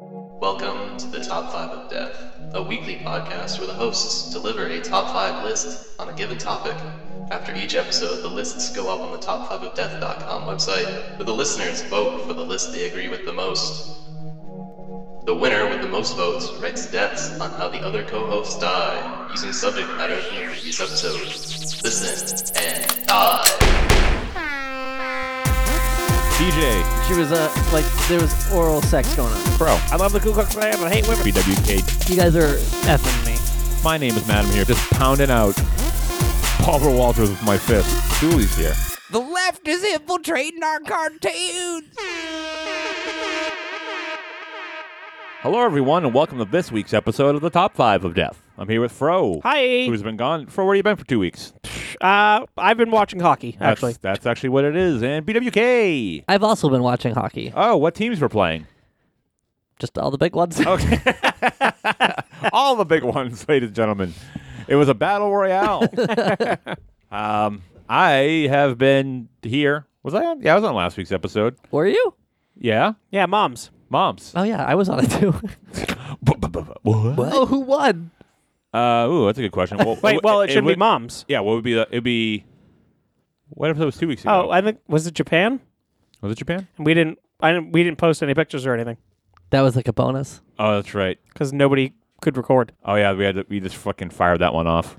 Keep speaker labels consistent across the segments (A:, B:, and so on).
A: Welcome to the Top 5 of Death, a weekly podcast where the hosts deliver a top 5 list on a given topic. After each episode, the lists go up on the top5ofdeath.com website, where the listeners vote for the list they agree with the most. The winner with the most votes writes deaths on how the other co hosts die, using subject matter from the previous episode. Listen and die.
B: DJ,
C: She was uh, like, there was oral sex going on.
B: bro,
D: I love the Ku Klux Klan, but I hate women.
B: BWK.
C: You guys are effing me.
B: My name is Madam here, just pounding out Paul Walters with my fist. Julie's here.
D: The left is infiltrating our cartoons.
B: Hello, everyone, and welcome to this week's episode of the Top Five of Death. I'm here with Fro.
D: Hi.
B: Who's been gone? Fro, where you been for two weeks?
D: Uh, I've been watching hockey,
B: That's-
D: actually.
B: that's actually what it is. And BWK.
C: I've also been watching hockey,
B: Oh, what teams were playing?
C: just all the big ones.
B: Okay. All the big ones, ladies and gentlemen. It was a battle royale. um, I have been here. Was I on? Yeah, I was on last week's episode.
C: Were you?
B: Yeah,
D: Yeah, moms.
B: moms.
C: Oh yeah, I was on it too.
B: What?
C: Oh, who won?
B: Uh, ooh, that's a good question. Well,
D: Wait, well, it, should
B: Oh, would,
D: be moms.
B: Yeah, what would be the? It'd be. What if it was two weeks ago?
D: Oh, I think was it Japan?
B: was it Japan?
D: And we didn't. I didn't. We didn't post any pictures or anything
C: That was like a bonus.
B: Oh, that's right.
D: because nobody could record.
B: Oh yeah, we had to, we just fucking fired that one off.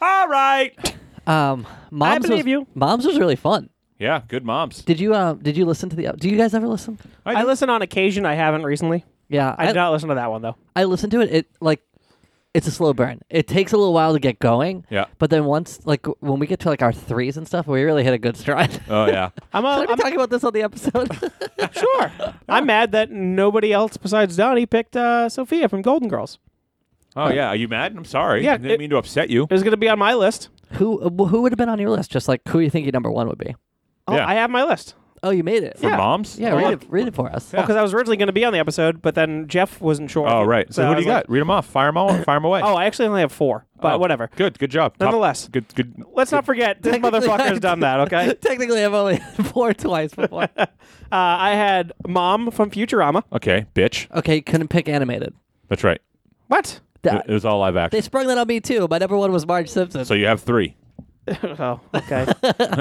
B: All right.
C: Um, moms
D: believe
C: was,
D: you.
C: Moms was really fun.
B: Yeah, good moms.
C: Did you um? Did you listen to the? Do you guys ever listen?
D: I, listen on occasion. I haven't recently.
C: Yeah,
D: I
C: I
D: did not listen to that one though.
C: I listened to it. It like, it's a slow burn. It takes a little while to get going.
B: Yeah.
C: But then once like when we get to like our threes and stuff, we really hit a good stride.
B: Oh yeah.
D: I'm, uh,
C: Should I be
D: I'm
C: talking about this on the episode?
D: sure. I'm mad that nobody else besides Donnie picked uh, Sophia from Golden Girls.
B: Oh yeah. Are you mad? I'm sorry.
D: Yeah,
B: didn't
D: it-
B: mean to upset you.
D: It was going to be on my list.
C: who uh, who would have been on your list? Just like who you think your number one would be?
D: Oh,
B: Yeah.
D: I have my list.
C: Oh, you made it.
B: For moms.
C: Yeah,
B: Oh,
C: read
B: look.
C: it, read it for us.
B: Yeah.
D: because I was originally going to be on the episode, but then Jeff wasn't sure.
B: Oh right. So,
D: I
B: what do you
D: was like,
B: got? Read them off. Fire them all. Fire them away.
D: Oh, I actually only have four, but
B: Oh,
D: whatever.
B: Good. Good job. Top-
D: Nonetheless.
B: Good. Good.
D: Let's not forget this motherfucker's done that. Okay, uh,
C: Technically, I've only had four twice before.
D: I had mom from Futurama.
B: Okay, bitch.
C: okay, couldn't pick animated.
B: That's right.
D: What?
B: It,
C: That,
B: it was all live
C: they
B: action.
C: sprung that on me too. My number one was Marge Simpson.
B: Uh, So you have three.
D: oh, okay.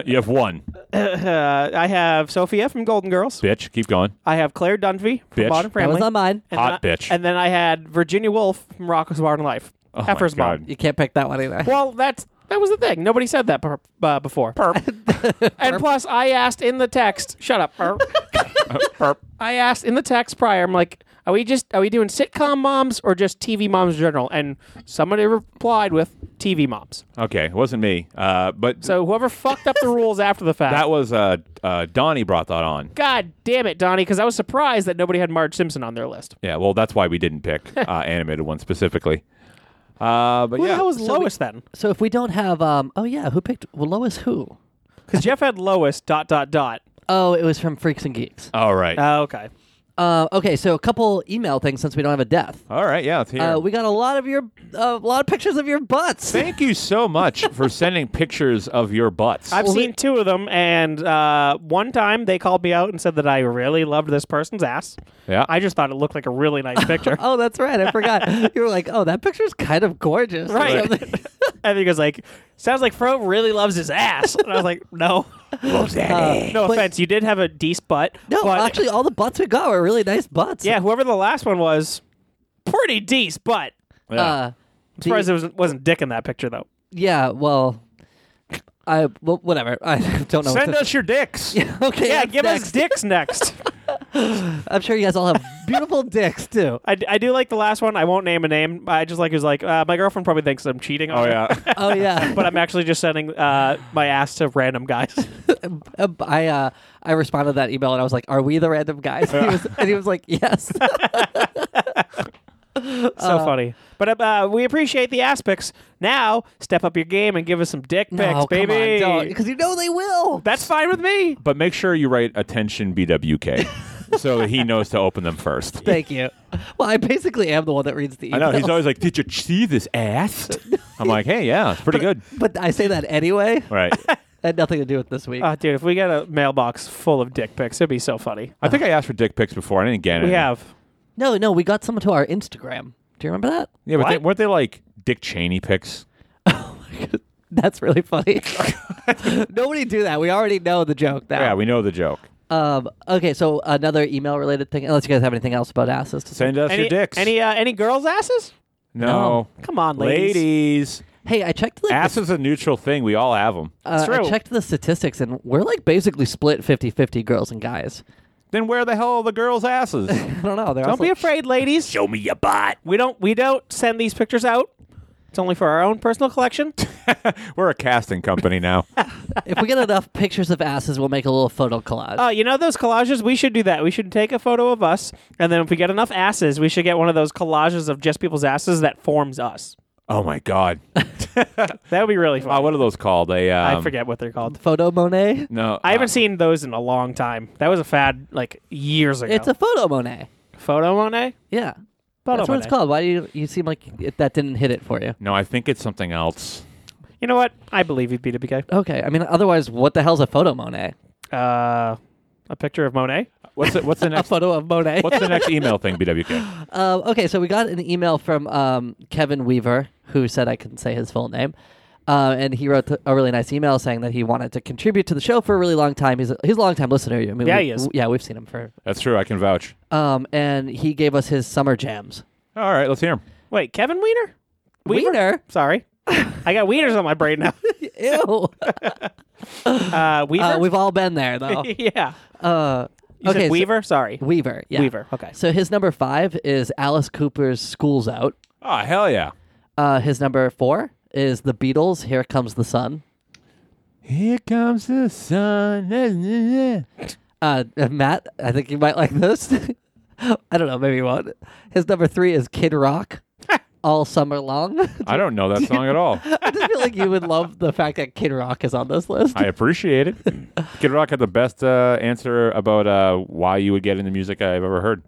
B: you have one.
D: uh, I have Sophia from Golden Girls.
B: Bitch. Keep going.
D: I have Claire Dunphy from
B: Bitch.
D: Modern
C: that
D: Family.
C: was on mine.
D: and
B: Hot
D: then I-
B: bitch.
D: And then I had Virginia Woolf from Rocko's Modern Life.
B: Oh, my
D: Heifer's mom.
B: God.
C: You can't pick that one either.
D: Well, that's that was the thing. Nobody said that per, uh, before. and plus, I asked in the text. Shut up. Perp. I asked in the text prior. I'm like, are we just are we doing sitcom moms or just TV moms in general? And somebody replied with TV moms.
B: Okay, it wasn't me. Uh, but
D: So whoever fucked up the rules after the fact.
B: that was uh, uh, Donnie brought that on.
D: God damn it, Donnie, because I was surprised that nobody had Marge Simpson on their list.
B: Yeah, well, that's why we didn't pick uh, animated one specifically. Uh, but
D: Who
B: yeah,
D: the hell was
C: we-
D: Lois then?
C: So if we don't have, um, oh yeah, who picked well, Lois? Who?
D: Because Jeff had Lois dot dot dot.
C: Oh, it was from Freaks and Geeks.
B: all right,
D: Oh, okay.
C: Uh, okay, so a couple email things since we don't have a death.
B: all right, yeah, it's here.
C: Uh, we got a lot of your, uh, a lot of pictures of your butts.
B: Thank you so much for sending pictures of your butts.
D: I've
C: Well,
D: seen
C: they-
D: two of them, and uh, one time they called me out and said that I really loved this person's ass.
B: yeah,
D: I just thought it looked like a really nice picture.
C: Oh, that's right. I forgot. you were like, oh, that picture's kind of gorgeous. or
D: Right.
C: something.
D: and he was like, "Sounds like Fro really loves his ass," and I was like, "No, Uh,
B: loves that.
D: no offense. You did have a decent butt.
C: No,
D: but
C: actually, all the butts we got were really nice butts.
D: yeah, whoever the last one was, pretty decent butt."
B: Yeah.
C: Uh,
D: I'm surprised there was, wasn't dick in that picture though.
C: Yeah, well, I well, whatever. I don't know.
B: Send
C: what to-
B: us your dicks.
C: okay,
D: Yeah,
C: that's
D: give
C: next.
D: us dicks next.
C: I'm sure you guys all have beautiful dicks too.
D: I, I do like the last one. I won't name a name. I just like it was like uh, my girlfriend probably thinks I'm cheating.
B: Oh
D: on her,
B: yeah,
C: Oh yeah,
D: but I'm actually just sending uh, my ass to random guys.
C: Uh, I uh, I responded to that email and I was like, "Are we the random guys?" And he was, and he was like, "Yes."
D: so funny. But uh, we appreciate the aspects. Now, step up your game and give us some dick
C: Oh,
D: pics, baby.
C: because you know they will.
D: That's fine with me.
B: but make sure you write attention BWK so that he knows to open them first.
C: Thank you. Well, I basically am the one that reads the
B: I
C: email,
B: know he's always like, "Did you see this ass?" I'm like, "Hey, yeah, it's pretty good."
C: but I say that anyway.
B: Right.
C: Had nothing to do with this week.
D: Oh, dude, if we got a mailbox full of dick pics, it'd be so funny.
B: I think I asked for dick pics before. I didn't get it.
D: We have.
C: No, no, we got some to our Instagram. Do you remember that?
B: Yeah, but they,
D: What?
B: weren't they like Dick Cheney picks?
C: That's really funny. Nobody do that. We already know the joke now.
B: Yeah, we know the joke.
C: Um, okay, so another email related thing. Unless you guys have anything else about asses to say.
B: Send us
D: Any
B: your dicks.
D: any uh, any girls' asses?
B: no.
D: Come on, ladies.
B: Ladies.
C: Hey, I checked like,
B: Ass is a neutral thing. We all have them.
C: the, uh,
D: true.
C: I checked the statistics, and we're like basically split 50-50 girls and guys.
B: then where the hell are the girls' asses?
C: I don't know. They're
D: Don't
C: also,
D: be afraid, ladies.
B: Show me your butt.
D: We don't we don't send these pictures out. It's only for our own personal collection.
B: We're a casting company now.
C: if we get enough pictures of asses, we'll make a little photo collage.
D: Oh, you know those collages? We should do that. We should take a photo of us, and then if we get enough asses, we should get one of those collages of just people's asses that forms us.
B: oh my god.
D: That would be really fun.
B: Oh, what are those called? They um,
D: I forget what they're called.
C: photo Monet.
B: No,
D: I haven't
B: uh,
D: seen those in a long time. That was a fad like years ago.
C: It's a photo Monet.
D: photo Monet.
C: Yeah,
D: Photo
C: that's what it's
D: Monet.
C: called. Why do you you seem like it, that didn't hit it for you?
B: no, I think it's something else.
D: You know what? I believe you, BWK.
C: Okay, I mean, otherwise, what the hell's a photo Monet?
D: Uh, a picture of Monet.
B: What's the, what's the
C: A
B: next?
C: photo of Monet.
B: What's the next email thing, BWK?
C: Um, okay, so we got an email from um, Kevin Weaver, who said I couldn't say his full name. Uh, and he wrote th- a really nice email saying that he wanted to contribute to the show for a really long time. He's a, he's a long time listener. I mean,
D: Yeah,
C: we-
D: he is.
C: w- yeah, we've seen him for.
B: That's true. I can vouch.
C: Um, and he gave us his summer jams.
B: All right, let's hear him.
D: Wait, Kevin Wiener. Weaver?
C: Wiener?
D: Sorry, I got wieners on my brain now.
C: Ew.
D: Uh, Weaver.
C: uh, we've all been there though.
D: yeah.
C: Uh,
D: You
C: okay,
D: said
C: so-
D: Weaver. Sorry.
C: Weaver. Yeah.
D: Weaver. Okay.
C: So his number five is Alice Cooper's "School's Out."
B: Oh hell yeah!
C: Uh, his number four is the Beatles' "Here Comes the Sun."
B: Here comes the sun.
C: Uh, uh, Matt, I think you might like this. I don't know, maybe you won't. His number three is Kid Rock, all summer long. I
B: I don't know that song at all.
C: just feel like you would love the fact that Kid Rock is on this list.
B: I appreciate it. Kid Rock had the best uh, answer about uh, why you would get into music I've ever heard.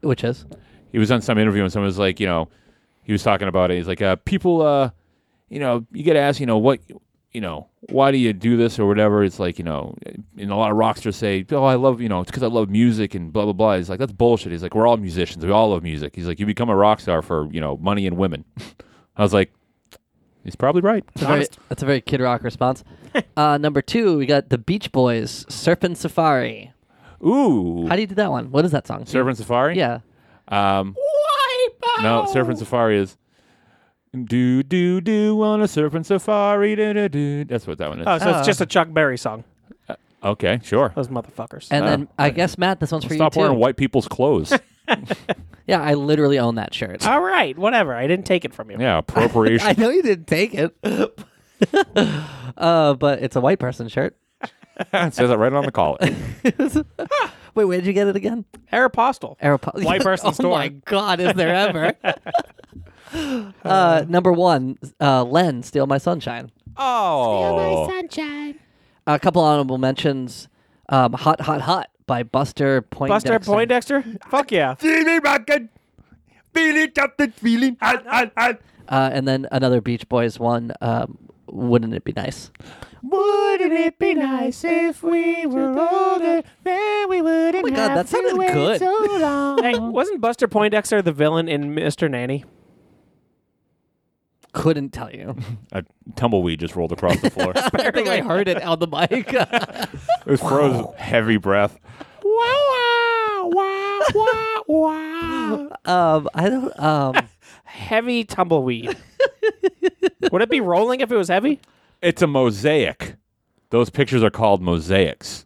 C: Which is,
B: He was on some interview and someone was like, you know, he was talking about it. He's like, uh, people, uh, you know, you get asked, you know, what, you know, why do you do this or whatever? It's like, you know, and a lot of rocksters say, oh, I love, you know, it's because I love music and blah blah blah. He's like, that's bullshit. He's like, we're all musicians. We all love music. He's like, you become a rock star for you know money and women. I was like, he's probably right.
C: it's a very, that's a very Kid Rock response. uh, number two, we got the Beach Boys, Surfin' Safari.
B: Ooh,
C: How do you do that one? What is that song?
B: Surf and Safari.
C: Yeah.
B: Um, No, Surf and Safari is. Do do do on a surf and safari. Do, do, do. That's what that one is.
D: Oh, so Oh, it's just a Chuck Berry song.
B: okay, sure.
D: Those motherfuckers.
C: And then I guess Matt, this one's for
B: Oh, Stop
C: you too.
B: wearing white people's clothes.
C: Yeah, I literally own that shirt.
B: Ah.
D: All right, whatever. I didn't take it from you.
B: yeah,
C: I
B: appropriation.
C: know you didn't take it, uh, but it's a white person shirt.
B: it says it right on the collar.
C: Wait, where did you get it again?
D: Aeropostale.
C: Aeropostale.
D: White person
C: oh my
D: story.
C: God, is there ever? uh, number one, uh, Len, Steal My Sunshine.
B: Oh,
C: A couple honorable mentions um, Hot, Hot, Hot by Buster Poindexter.
D: Buster Poindexter. Fuck yeah.
B: feeling rockin', feeling something, feeling hot, hot, hot.
C: Uh, and then another Beach Boys one, um, Wouldn't It Be Nice?
B: Wouldn't it be nice if we were older? Then we wouldn't.
C: Oh my God, that sounded good.
D: hey, wasn't Buster Poindexter the villain in Mr. Nanny?
C: Couldn't tell you.
B: A tumbleweed just rolled across the floor. it
C: I think I heard it on the mic.
B: was froze. Heavy breath.
D: Wow, wow, wow, wow.
C: um, I don't. Um,
D: Heavy tumbleweed. Would it be rolling if it was heavy?
B: It's a mosaic. Those pictures are called mosaics.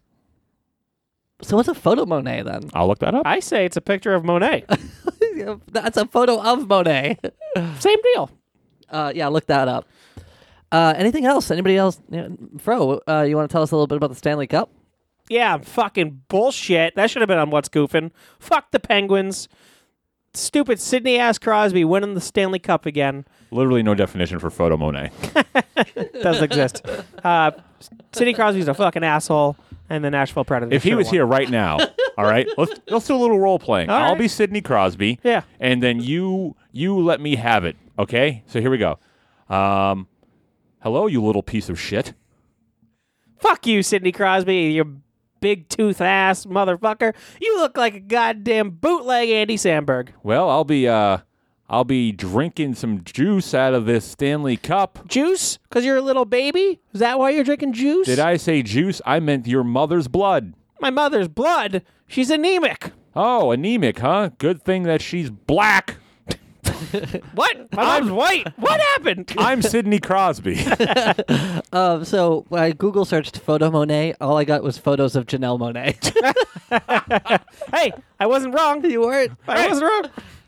C: so what's a photo Monet then?
B: I'll look that up.
D: I say it's a picture of Monet.
C: That's a photo of Monet.
D: Same deal.
C: Uh, yeah, look that up. Uh, anything else? Anybody else? Yeah, Fro, uh, you want to tell us a little bit about the Stanley Cup?
D: Yeah, fucking bullshit. That should have been on What's Goofing. Fuck the Penguins. Stupid Sydney ass Crosby winning the Stanley Cup again.
B: Literally no definition for photo Monet.
D: Doesn't exist. Uh, Sidney Crosby's a fucking asshole, and the Nashville Predators.
B: If he
D: should've
B: was
D: won.
B: here right now, all right, let's let's do a little role playing.
D: All
B: I'll
D: right.
B: be Sidney Crosby.
D: Yeah.
B: And then you you let me have it. Okay. So here we go. Um, hello, you little piece of shit.
D: fuck you, Sidney Crosby, you big tooth ass motherfucker. You look like a goddamn bootleg Andy Sandberg.
B: Well, I'll be uh, I'll be drinking some juice out of this Stanley Cup.
D: Juice? Because you're a little baby? Is that why you're drinking juice?
B: Did I say juice? I meant your mother's blood.
D: My mother's blood. She's anemic.
B: Oh, anemic, huh? Good thing that she's black.
D: What? My mom's white. What happened?
B: I'm Sidney Crosby.
C: Um, so when I Google searched photo Monet. All I got was photos of Janelle Monet.
D: hey, I wasn't wrong.
C: you weren't.
D: I wasn't wrong.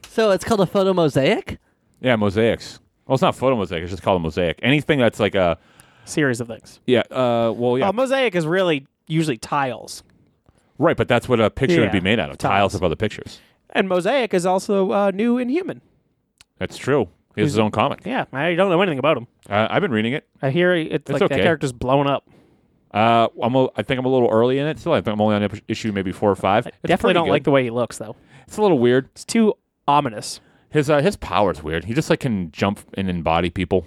C: So it's called a photo mosaic.
B: yeah, mosaics. Well, it's not photo mosaic. It's just called a mosaic. Anything that's like a
D: Series of things.
B: yeah. Uh, well, yeah,
D: Well, mosaic is really usually tiles.
B: right. But that's what a picture would be
D: Yeah,
B: made out of.
D: tiles.
B: Tiles of other pictures.
D: And mosaic is also uh, new and human.
B: That's true. He has his own comic.
D: Yeah, I don't know anything about him.
B: Uh, I've been reading it.
D: I hear it- it's, like that
B: okay.
D: character's blown up.
B: Uh, I'm a, I think I'm a little early in it still. I think I'm only on ip- issue maybe four or five. It's
D: Definitely
B: pretty
D: don't
B: good.
D: like the way he looks though.
B: It's a little weird.
D: It's too ominous.
B: His uh, his power's weird. He just like can jump and embody people.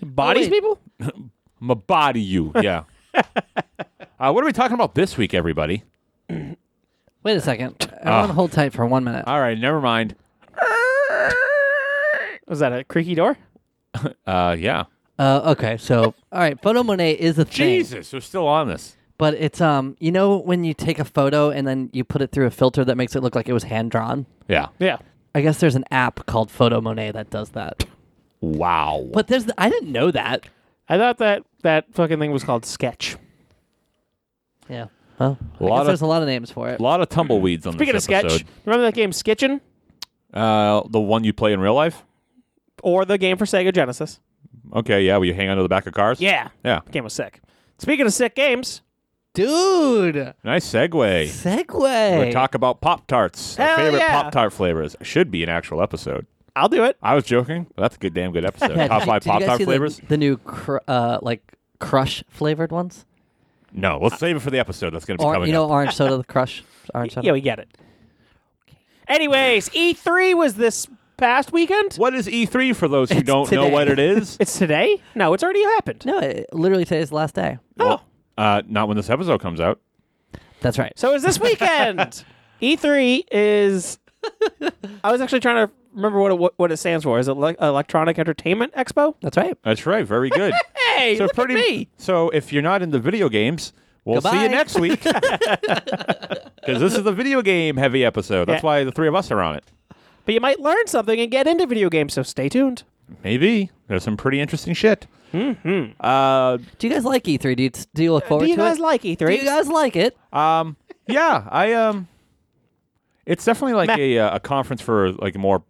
D: Bodies
C: wait.
D: people?
B: i body you. Yeah. uh, what are we talking about this week, everybody?
C: Wait a second. I want to hold tight for one minute.
B: All right, never mind.
D: Was that a creaky door?
B: Uh, yeah.
C: Uh, okay, so all right, photo Monet is a thing,
B: Jesus, we're still on this.
C: but it's um, you know, when you take a photo and then you put it through a filter that makes it look like it was hand drawn.
B: Yeah.
D: Yeah.
C: I guess there's an app called Photo Monet that does that.
B: Wow.
C: But there's the, I didn't know that.
D: I thought that that fucking thing was called sketch.
C: Yeah. Well, I
B: A lot
C: guess
B: of-
C: there's a lot of names for it.
B: A lot of tumbleweeds on
D: Speaking of
B: this
D: sketch,
B: episode.
D: remember that game Skitchin
B: Uh, the one you play in real life?
D: or the game for Sega Genesis?
B: Okay, yeah, where you hang onto the back of cars?
D: Yeah.
B: Yeah.
D: That game was sick. Speaking of sick games,
C: Dude,
B: Nice segue.
C: Segway.
B: We talk about Pop Tarts. Our
D: Hell
B: favorite
D: yeah.
B: Pop Tart flavors. Should be an actual episode.
D: I'll do it.
B: I was joking. That's a good damn good episode.
C: Yeah,
B: Top
C: did you-
B: five
C: did you
B: Pop
C: guys
B: Tart
C: see the-
B: flavors?
C: The, new cr- uh, like crush flavored ones,
B: No, let's save it for the episode that's going to be
C: or
B: coming
C: you know,
B: up.
C: orange soda, the crush, orange soda.
D: Yeah, we get it. Anyways, E3 was this past weekend.
B: What is E3 for those who
C: It's
B: don't know
C: today.
B: what it is?
D: It's today? No, it's already happened. Oh,
C: No, it, literally today's the last day.
B: Well, uh, not when this episode comes out.
C: That's right.
D: So it was this weekend. E3 is. I was actually trying to remember what it, what, what it stands for. Is it like Electronic Entertainment Expo?
C: That's right.
B: That's right. Very good.
D: Hey,
B: so
D: look
B: pretty.
D: at me.
B: So if you're not into video games, we'll see
C: Goodbye.
B: you next week. Because this is a video game heavy episode. That's
D: Yeah.
B: why the three of us are on it.
D: But you might learn something and get into video games, so stay tuned.
B: Maybe there's some pretty interesting shit.
D: Mm-hmm.
B: Uh,
C: Do you guys like E3? Do you, do you look forward
D: Do you
C: to
D: guys
C: it?
D: like E E3?
C: Do you guys like it?
B: Um, yeah, I um, it's definitely like a uh, a conference for like more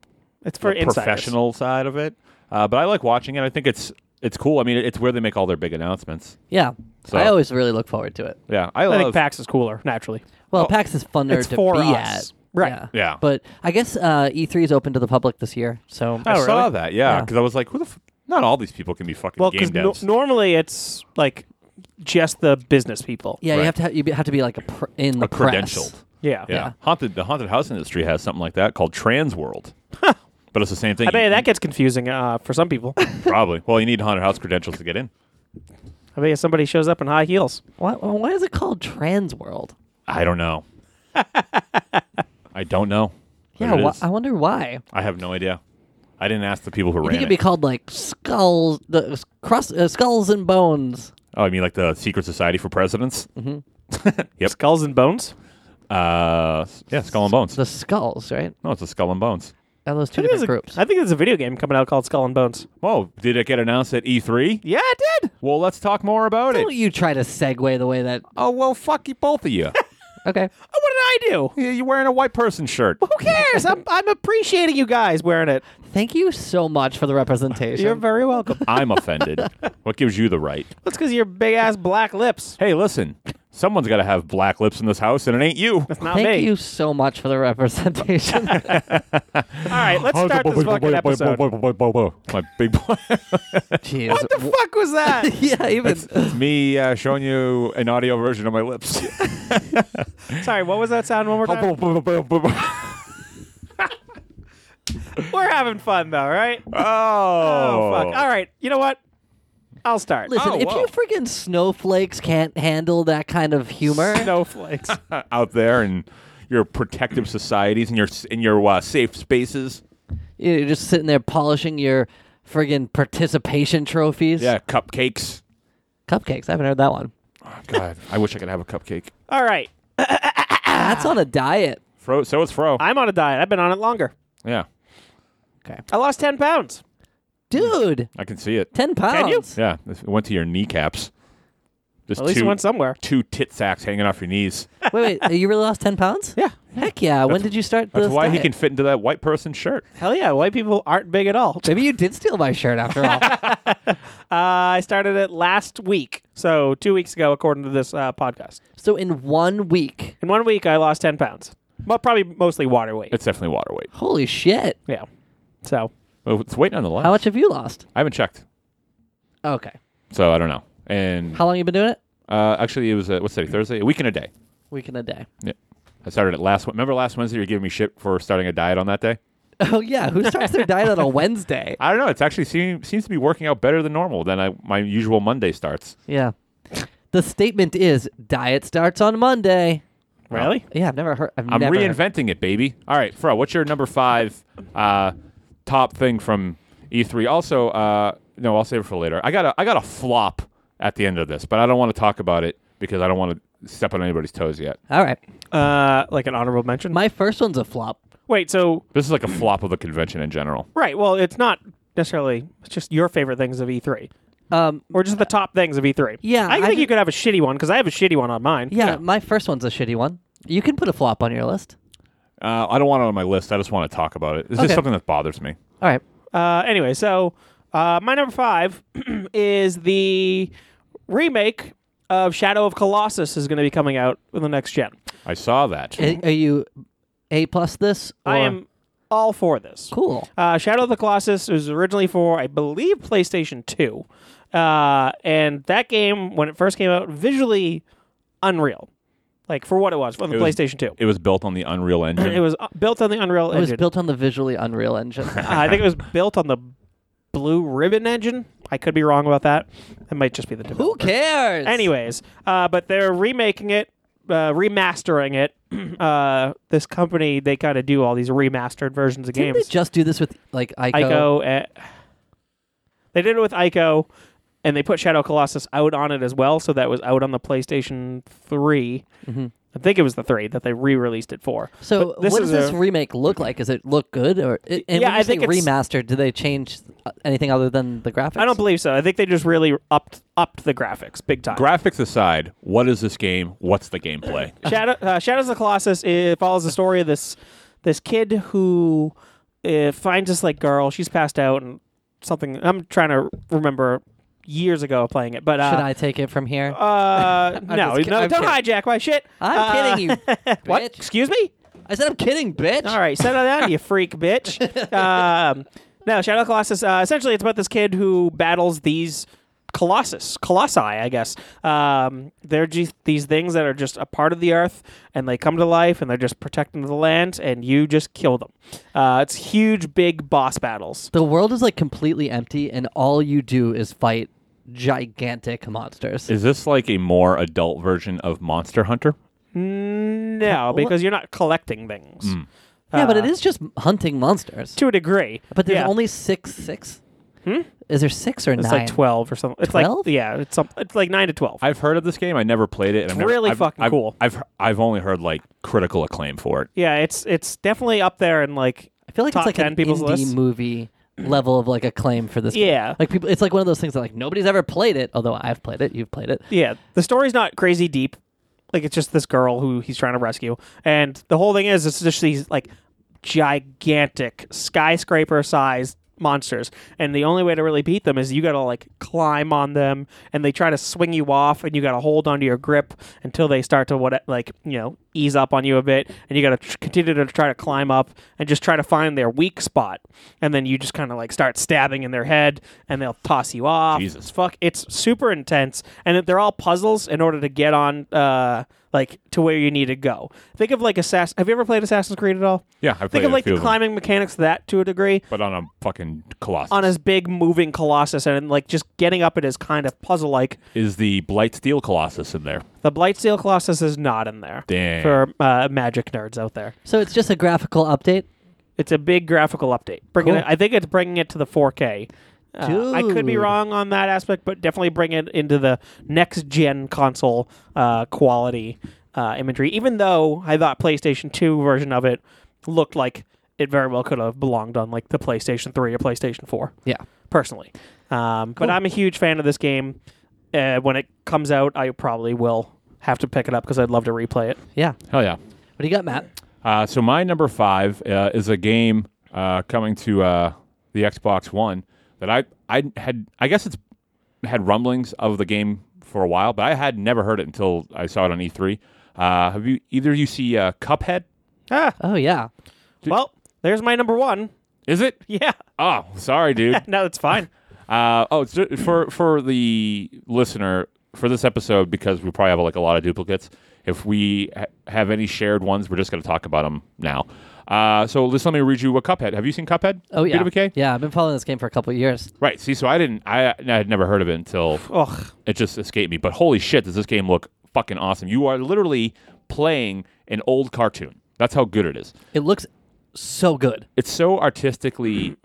D: it's for insiders.
B: professional side of it. Uh, but I like watching it. I think it's it's cool. I mean, it's where they make all their big announcements.
C: Yeah.
B: So-
C: I always really look forward to it.
B: Yeah, I,
D: I
B: love.
D: think PAX is cooler, naturally.
C: Well, PAX is funner
D: it's
C: to
D: for
C: be
D: us.
C: at.
D: Right.
C: Yeah.
B: Yeah.
C: But I guess uh, E3 is open to the public this year. So
B: I saw
D: Oh, really?
B: that. Yeah,
C: Yeah.
B: because I was like, who the f- not all these people can be fucking
D: Well,
B: game
D: because no-
B: devs.
D: normally it's like just the business people.
C: yeah,
B: Right.
C: you have to ha- you be- have to be like a pr- in the
B: A credentialed.
C: press.
D: Yeah.
B: Yeah. haunted. The haunted house industry has something like that called Trans World. but it's the same thing.
D: I bet that gets confusing uh, for some people. I
B: probably. Well, you need haunted house credentials to get in.
D: bet somebody shows up in high heels.
C: Why, well, why is it called Trans World?
B: I don't know. I don't know. what
C: Yeah,
B: it
C: wh-
B: is.
C: I wonder why.
B: I have no idea. I didn't ask the people who
C: I
B: ran
C: think
B: it.
C: it'd be called like skulls, the crust, uh, skulls and bones.
B: oh, I mean, like the Secret Society for Presidents.
C: Mm-hmm.
D: Skulls and bones?
B: Uh, yeah, Skull and Bones.
C: The skulls, right?
B: No, it's a Skull and Bones.
C: Are those two
D: I think
C: different
D: there's a-
C: groups?
D: I think there's a video game coming out called Skull and Bones.
B: Oh, did it get announced at E3?
D: Yeah, it did.
B: Well, let's talk more about
C: Don't
B: it.
C: you try to segue the way that.
B: Oh, well, fuck you, both of you.
C: Okay.
D: Oh, what did I do?
B: Yeah, You're wearing a white person shirt.
D: Who cares? I'm, I'm appreciating you guys wearing it.
C: Thank you so much for the representation.
D: You're very welcome.
B: I'm offended. what gives you the right?
D: That's because your big ass black lips.
B: Hey, listen, someone's got to have black lips in this house, and it ain't you.
D: Not
C: Thank
D: me.
C: you so much for the representation.
D: All right, let's start this fucking episode. What
B: My big boy.
C: Jeez.
D: the fuck was that?
C: yeah, even
B: It's me uh, showing you an audio version of my lips.
D: Sorry, what was that sound one more time?
B: oh,
D: We're having fun though, right?
B: oh
D: Oh fuck. All right. You know what? I'll start.
C: Listen,
B: Oh,
C: if
B: whoa.
C: you friggin' snowflakes can't handle that kind of humor,
D: Snowflakes.
B: out there and your protective societies and your and your uh, safe spaces.
C: you're just sitting there polishing your friggin' participation trophies.
B: Yeah, cupcakes.
C: Cupcakes. I haven't heard that one.
B: Oh, God, I wish I could have a cupcake.
D: All right.
C: Ah,
D: Ah.
C: That's on a diet.
B: Fro, so it's Fro.
D: I'm on a diet. I've been on it longer.
B: yeah,
D: I lost 10 pounds.
C: Dude,
B: I can see it.
C: 10 pounds.
D: you?
B: Yeah, it went to your kneecaps. Just
D: At least
B: two,
D: it went somewhere.
B: two tit sacks hanging off your knees.
C: Wait, wait, you really lost 10 pounds?
D: Yeah.
C: Heck yeah. when did you start
B: That's
C: this
B: why he
C: diet?
B: can fit into that white person's shirt.
D: Hell yeah. White people aren't big at all.
C: Maybe you did steal my shirt after all.
D: Uh, I started it last week. So, two weeks ago, according to this uh, podcast.
C: so in one week.
D: In one week, I lost 10 pounds. Well, probably mostly water weight.
B: It's definitely water weight.
C: Holy shit.
D: yeah. So,
B: Oh, It's weight nonetheless.
C: How much have you lost?
B: I haven't checked,
C: Okay.
B: so I don't know. And
C: How long you been doing it?
B: uh, actually, it was uh, what's today? Thursday, a week and a day.
C: Week and a day.
B: Yeah, I started it last. Remember last Wednesday? You were giving me shit for starting a diet on that day.
C: Oh yeah, who starts their diet on a Wednesday?
B: I don't know. It's actually seem, seems to be working out better than normal than I, my usual Monday starts.
C: Yeah. The statement is diet starts on Monday.
D: really?
C: Yeah, I've never heard. I've
B: I'm
C: never Heard.
B: reinventing it, baby. All right, Fro, what's your number five uh, top thing from E3? Also, uh, no, I'll save it for later. I got a I got a flop at the end of this, but I don't want to talk about it because I don't want to step on anybody's toes yet.
C: All right,
D: Uh, like an honorable mention?
C: my first one's a flop.
D: Wait, so,
B: This is like a flop of the convention in general.
D: right. Well, it's not necessarily, it's just your favorite things of E3.
C: Um,
D: Or just the top things of E3.
C: Yeah,
D: I
C: I
D: think
C: ju-
D: you could have a shitty one because I have a shitty one on mine.
C: yeah, my first one's a shitty one. You can put a flop on your list.
B: Uh, I don't want it on my list. I just want to talk about it. It's
C: Okay.
B: just something that bothers me.
C: All right,
D: Uh, anyway, so uh, my number five is the remake of Shadow of Colossus is going to be coming out in the next gen.
B: I saw that.
C: A- are you a plus this?
D: I
C: or-
D: am all for this.
C: cool.
D: Uh, Shadow of the Colossus was originally for, I believe, PlayStation 2. Uh, and that game, when it first came out, visually unreal. Like, for what it was, for the
B: It was-
D: PlayStation 2.
B: It was built on the Unreal Engine.
D: It was uh, built on the Unreal
C: It was
D: Engine.
C: built on the visually Unreal Engine.
D: Uh, I think it was built on the Blue Ribbon engine. I could be wrong about that. It might just be the
C: Who cares?
D: Anyways, uh, but they're remaking it, uh, remastering it. uh, this company they kind of do all these remastered versions of
C: didn't
D: games.
C: they just do this with like Ico?
D: Ico, eh, they did it with Ico, and they put Shadow Colossus out on it as well. So that was out on the PlayStation 3 I think it was the three that they re-released it for.
C: Mm-hmm. So
D: But this
C: what does
D: is
C: this
D: a-
C: remake look like? Does it look good or it, and
D: Yeah,
C: when you
D: I
C: say
D: think it's-
C: remastered? Do they change uh, anything other than the graphics?
D: I don't believe so. I think they just really upped upped the graphics big time.
B: Graphics aside, what is this game? What's the gameplay?
D: Shadow, uh, Shadows of the Colossus it follows the story of this this kid who uh, finds this like girl. She's passed out and something. I'm trying to remember years ago playing it, but uh,
C: Should I take it from here?
D: Uh, no,
C: just ki-
D: no,
C: I'm
D: don't
C: kidding.
D: hijack my shit.
C: I'm
D: Uh,
C: kidding you.
D: What?
C: bitch.
D: Excuse me.
C: I said I'm kidding, bitch.
D: All right, settle down, you freak bitch. Um, no, Shadow of the Colossus. Uh, essentially, it's about this kid who battles these colossus, colossi, I guess. Um, they're just these things that are just a part of the earth, and they come to life, and they're just protecting the land, and you just kill them. Uh, it's huge, big boss battles.
C: The world is like completely empty, and all you do is fight gigantic monsters.
B: Is this like a more adult version of Monster Hunter?
D: No, because you're not collecting things
C: yeah, but it is just hunting monsters.
D: to a degree.
C: but there's
D: Uh, yeah. Hmm?
C: only six, six. Is there six or
D: It's
C: nine?
D: like twelve or something. It's
C: 12?
D: like yeah, it's some, it's like nine to twelve.
B: I've heard of this game. I never played it. And I've never-
D: really
B: I've-
D: fucking
B: I've-
D: cool.
B: I've I've only heard like critical acclaim for it.
D: yeah, it's it's definitely up there in like
C: I feel like
D: top
C: it's like
D: ten
C: an
D: people's
C: indie
D: list.
C: movie level of like acclaim for this. game.
D: Yeah.
C: like people, it's like one of those things that like nobody's ever played it. Although I've played it, you've played it.
D: Yeah, the story's not crazy deep. Like it's just this girl who he's trying to rescue, and the whole thing is it's just these like gigantic skyscraper-sized monsters, and the only way to really beat them is you got to like climb on them, and they try to swing you off, and you got to hold onto your grip until they start to what like you know ease up on you a bit, and you got to tr- continue to try to climb up and just try to find their weak spot, and then you just kind of like start stabbing in their head, and they'll toss you off.
B: Jesus.
D: Fuck, it's super intense, and it- they're all puzzles in order to get on uh, like to where you need to go. Think of like Assassin. Have you ever played Assassin's Creed at all?
B: Yeah, I've played
D: Think of
B: a
D: like
B: few
D: the
B: of them.
D: climbing mechanics of that to a degree
B: but on a fucking colossus.
D: on his big moving colossus and like just getting up it is kind of puzzle like.
B: is the blight steel colossus in there?
D: The Blightsteel Colossus is not in there.
B: Damn.
D: For uh, magic nerds out there,
C: So it's just a graphical update.
D: it's a big graphical update. Bringing
C: Cool.
D: it, I think it's bringing it to the 4K. Uh, I could be
C: Dude.
D: wrong on that aspect, but definitely bring it into the next gen console uh, quality uh, imagery. Even though I thought PlayStation 2 version of it looked like it very well could have belonged on like the PlayStation 3 or PlayStation 4
C: Yeah.
D: personally. Um, But I'm a huge fan of this game. Uh, when it comes out, I probably will have to pick it up because I'd love to replay it.
C: Yeah.
B: Hell yeah.
C: What do you got, Matt?
B: Uh, so my number five uh, is a game uh, coming to uh, the Xbox One that I I had I guess it's had rumblings of the game for a while, but I had never heard it until I saw it on E3. Uh, have you either of you see uh, Cuphead?
D: Ah,
C: Oh yeah.
D: well, there's my number one.
B: Is it?
D: Yeah,
B: Oh, sorry, dude.
D: no, it's fine.
B: Uh, oh, it's ju- for for the listener for this episode because we probably have like a lot of duplicates. If we ha- have any shared ones, we're just going to talk about them now. Uh, so just let me read you what Cuphead. Have you seen Cuphead?
C: Oh yeah.
B: BWK?
C: Yeah, I've been following this game for a couple of years.
B: Right. See, so I didn't. I, I had never heard of it until
D: Ugh.
B: it just escaped me. But holy shit, does this game look fucking awesome? You are literally playing an old cartoon. That's how good it is.
C: It looks so good.
B: It's so artistically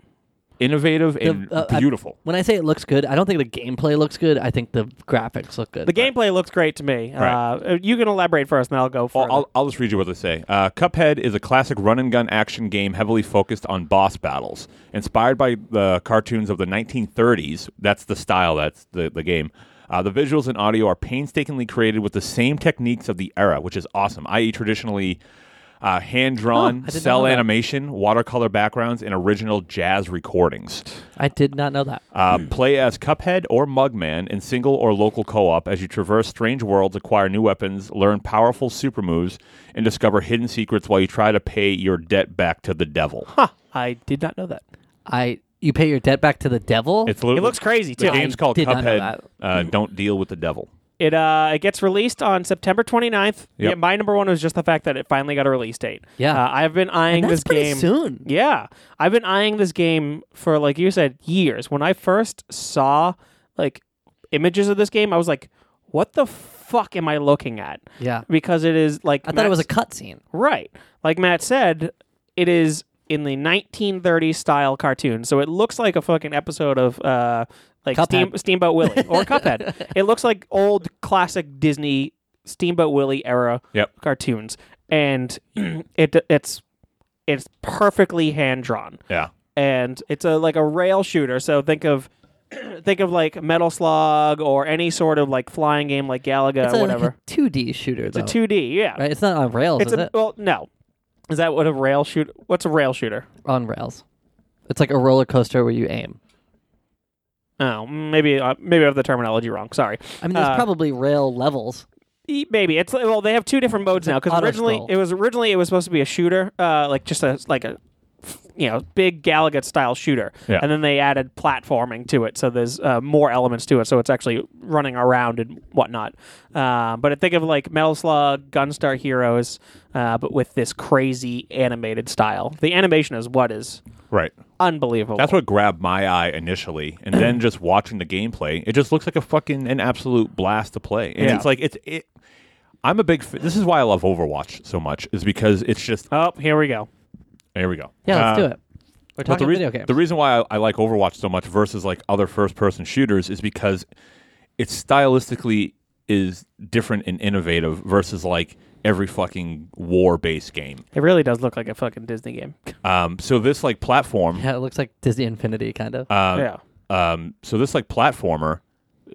B: innovative and
C: uh, I-
B: beautiful.
C: When I say it looks good, I don't think the gameplay looks good. I think the graphics look good.
D: The gameplay looks great to me. Uh, you can elaborate for us, and I'll go for
B: I'll, I'll, I'll just read you what they say. Uh, Cuphead is a classic run and gun action game heavily focused on boss battles. Inspired by the cartoons of the 1930s, that's the style, that's the, the game. Uh, the visuals and audio are painstakingly created with the same techniques of the era, which is awesome, i.e., traditionally uh, hand
C: Huh,
B: drawn,
C: I didn't know
B: cell
C: that.
B: animation, watercolor backgrounds, and original jazz recordings.
C: I did not know that.
B: Uh, play as Cuphead or Mugman in single or local co op as you traverse strange worlds, acquire new weapons, learn powerful super moves, and discover hidden secrets while you try to pay your debt back to the devil.
D: Huh, I did not know that.
C: I you pay your debt back to the devil.
B: literally-
D: It looks crazy
B: The
D: too.
B: game's called
C: did not know Hmm.
B: Cuphead. Uh, don't deal with the devil.
D: It uh, it gets released on September 29th.
B: Yep.
D: Yeah, my number one was just the fact that it finally got a release date.
C: Yeah.
D: uh, I've been eyeing
C: that's
D: this
C: pretty
D: game
C: soon.
D: Yeah, I've been eyeing this game for like you said years. When I first saw like images of this game, I was like, "What the fuck am I looking at?"
C: yeah.
D: Because it is like
C: I thought it was a
D: Matt's-
C: cutscene.
D: Right. Like Matt said, it is in the 1930s style cartoon. So it looks like a fucking episode of uh like Steam,
C: Cuphead.
D: Steamboat Willie or Cuphead. It looks like old classic Disney Steamboat Willie era
B: Yep.
D: cartoons. And it it's it's perfectly hand drawn
B: Yeah.
D: and it's a like a rail shooter. So think of think of like Metal Slug or any sort of like flying game like Galaga
C: It's
D: or
C: a,
D: Uh, whatever.
C: like a 2D shooter though.
D: it's a 2D, yeah.
C: right? It's not on rails,
D: It's
C: is
D: a
C: it?
D: well, no. Is that what a rail shoot? What's a rail shooter?
C: On rails. It's like a roller coaster where you aim.
D: Oh, maybe uh, maybe I have the terminology wrong. Sorry.
C: I mean, there's
D: Uh,
C: probably rail levels.
D: E- Maybe it's well they have two different modes now because
C: auto
D: originally
C: scroll.
D: it was originally it was supposed to be a shooter, uh, like just a like a you know big Galaga style shooter,
B: Yeah.
D: and then they added platforming to it, so there's uh, more elements to it, so it's actually running around and whatnot. Uh, but I think of like Metal Slug, Gunstar Heroes, uh, but with this crazy animated style. The animation is what is
B: Right.
D: unbelievable.
B: That's what grabbed my eye initially, and then just watching the gameplay, it just looks like a fucking an absolute blast to play. And
D: Yeah.
B: it's like it's it. I'm a big. F- this is why I love Overwatch so much, is because it's just.
D: Oh, here we go.
B: There we go.
C: Yeah, let's
B: Uh,
C: do it. We're
B: But
C: talking
B: the, rea-
C: video games.
B: the reason why I, I like Overwatch so much versus like other first person shooters is because it stylistically is different and innovative versus like every fucking war based game.
D: It really does look like a fucking Disney game.
B: Um, so this like platform,
C: yeah, it looks like Disney Infinity kind of.
B: Ah,
D: yeah.
B: um, so this like platformer,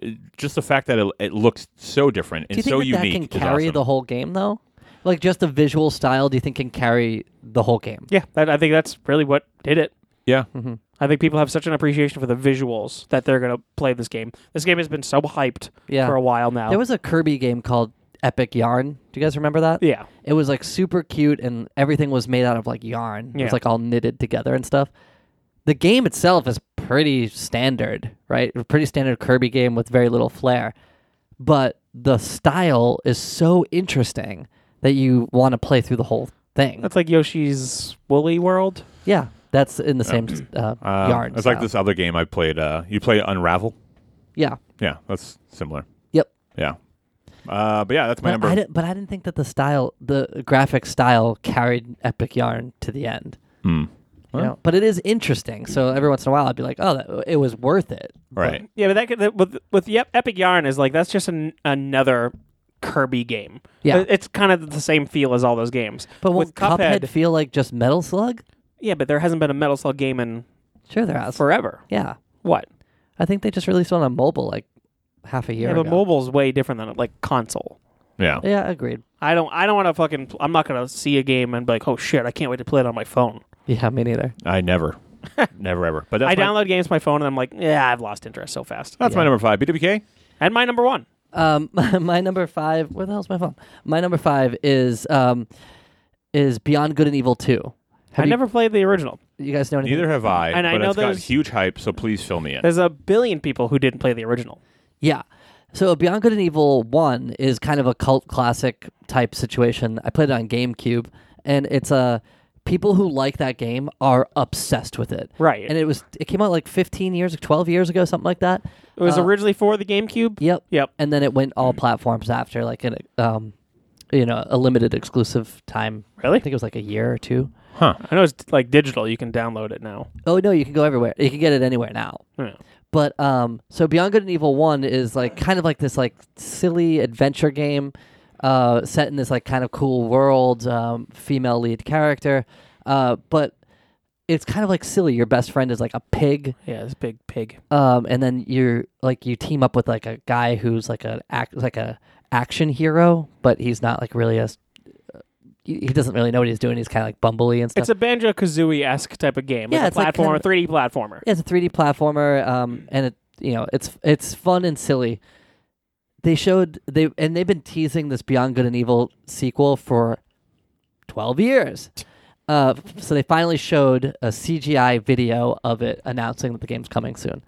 B: it- just the fact that it, it looks so different
C: do you
B: and
C: think
B: so
C: that, that
B: unique.
C: can
B: is
C: carry
B: awesome.
C: the whole game though? Like just the visual style, do you think can carry the whole game?
D: Yeah, that, I think that's really what did it.
B: yeah.
C: Mm-hmm.
D: I think people have such an appreciation for the visuals that they're going to play this game. This game has been so hyped
C: Yeah.
D: for a while now.
C: There was a Kirby game called Epic Yarn. Do you guys remember that?
D: yeah.
C: It was like super cute and everything was made out of like yarn. It
D: Yeah.
C: was like all knitted together and stuff. The game itself is pretty standard, right? A pretty standard Kirby game with very little flair. But the style is so interesting that you want to play through the whole thing.
D: That's like Yoshi's Woolly World.
C: yeah, that's in the same uh,
B: Uh,
C: yarn.
B: It's like
C: style.
B: this other game I played. Uh, you played Unravel.
C: Yeah.
B: Yeah, that's similar.
C: Yep.
B: Yeah. Uh, but yeah, that's my
C: But
B: number.
C: I, didn't, but I didn't think that the style, the graphic style, carried Epic Yarn to the end.
B: Hmm.
C: You know? But it is interesting. So every once in a while, I'd be like, "Oh, that, it was worth it."
B: Right.
D: Yeah, but that, could, that with with the Ep- Epic Yarn is like that's just an, another Kirby game.
C: Yeah.
D: It- it's kind of the same feel as all those games.
C: But won't
D: with Cuphead,
C: Cuphead feel like just Metal Slug?
D: yeah, but there hasn't been a Metal Slug game in
C: Sure, there has.
D: forever.
C: yeah,
D: What?
C: I think they just released one on mobile like half a year
D: yeah, but
C: ago.
D: mobile's way different than like console.
B: Yeah.
C: Yeah, agreed.
D: I don't. I don't want to fucking. I'm not gonna see a game and be like, oh shit, I can't wait to play it on my phone.
C: Yeah, me neither.
B: I never, never ever. But that's
D: I
B: my,
D: download games to my phone and I'm like, yeah, I've lost interest so fast.
B: That's my
C: Yeah.
B: number five. BWK.
D: And my number one.
C: Um, my, number five. Where the hell's my phone? My number five is um, is Beyond Good and Evil Two. Have
D: I
C: you,
D: never played the original.
C: You guys know anything?
B: Neither have I.
D: And I
B: but
D: know
B: it's got
D: there's-
B: huge hype. So please fill me in.
D: There's a billion people who didn't play the original.
C: Yeah. So Beyond Good and Evil 1 is kind of a cult classic type situation. I played it on GameCube and it's a people who like that game are obsessed with it.
D: Right.
C: And it was it came out like 15 years 12 years ago something like that. Uh,
D: It was originally for the GameCube.
C: Yep.
D: Yep.
C: And then it went all platforms after like an um you know, a limited exclusive time.
D: Really?
C: I think it was like a year or two.
D: I know it's like digital. You can download it now.
C: Oh no, you can go everywhere. You can get it anywhere now.
D: Yeah.
C: But um, so Beyond Good and Evil One is like kind of like this like silly adventure game, uh, set in this like kind of cool world. Um, female lead character, uh, but it's kind of like silly. Your best friend is like a pig,
D: Yeah, this big pig.
C: um, and then you're like you team up with like a guy who's like a act like a action hero, but he's not like really a. uh, He he doesn't really know what he's doing. He's kind of like bumbly and stuff.
D: It's a Banjo Kazooie esque type of game.
C: Yeah,
D: like
C: it's
D: a
C: like
D: platformer,
C: kind of-
D: 3D platformer.
C: Yeah, it's a 3D platformer, um, and it you know it's it's fun and silly. They showed they and they've been teasing this Beyond Good and Evil sequel for twelve years. Uh, f- so they finally showed a CGI video of it announcing that the game's coming soon.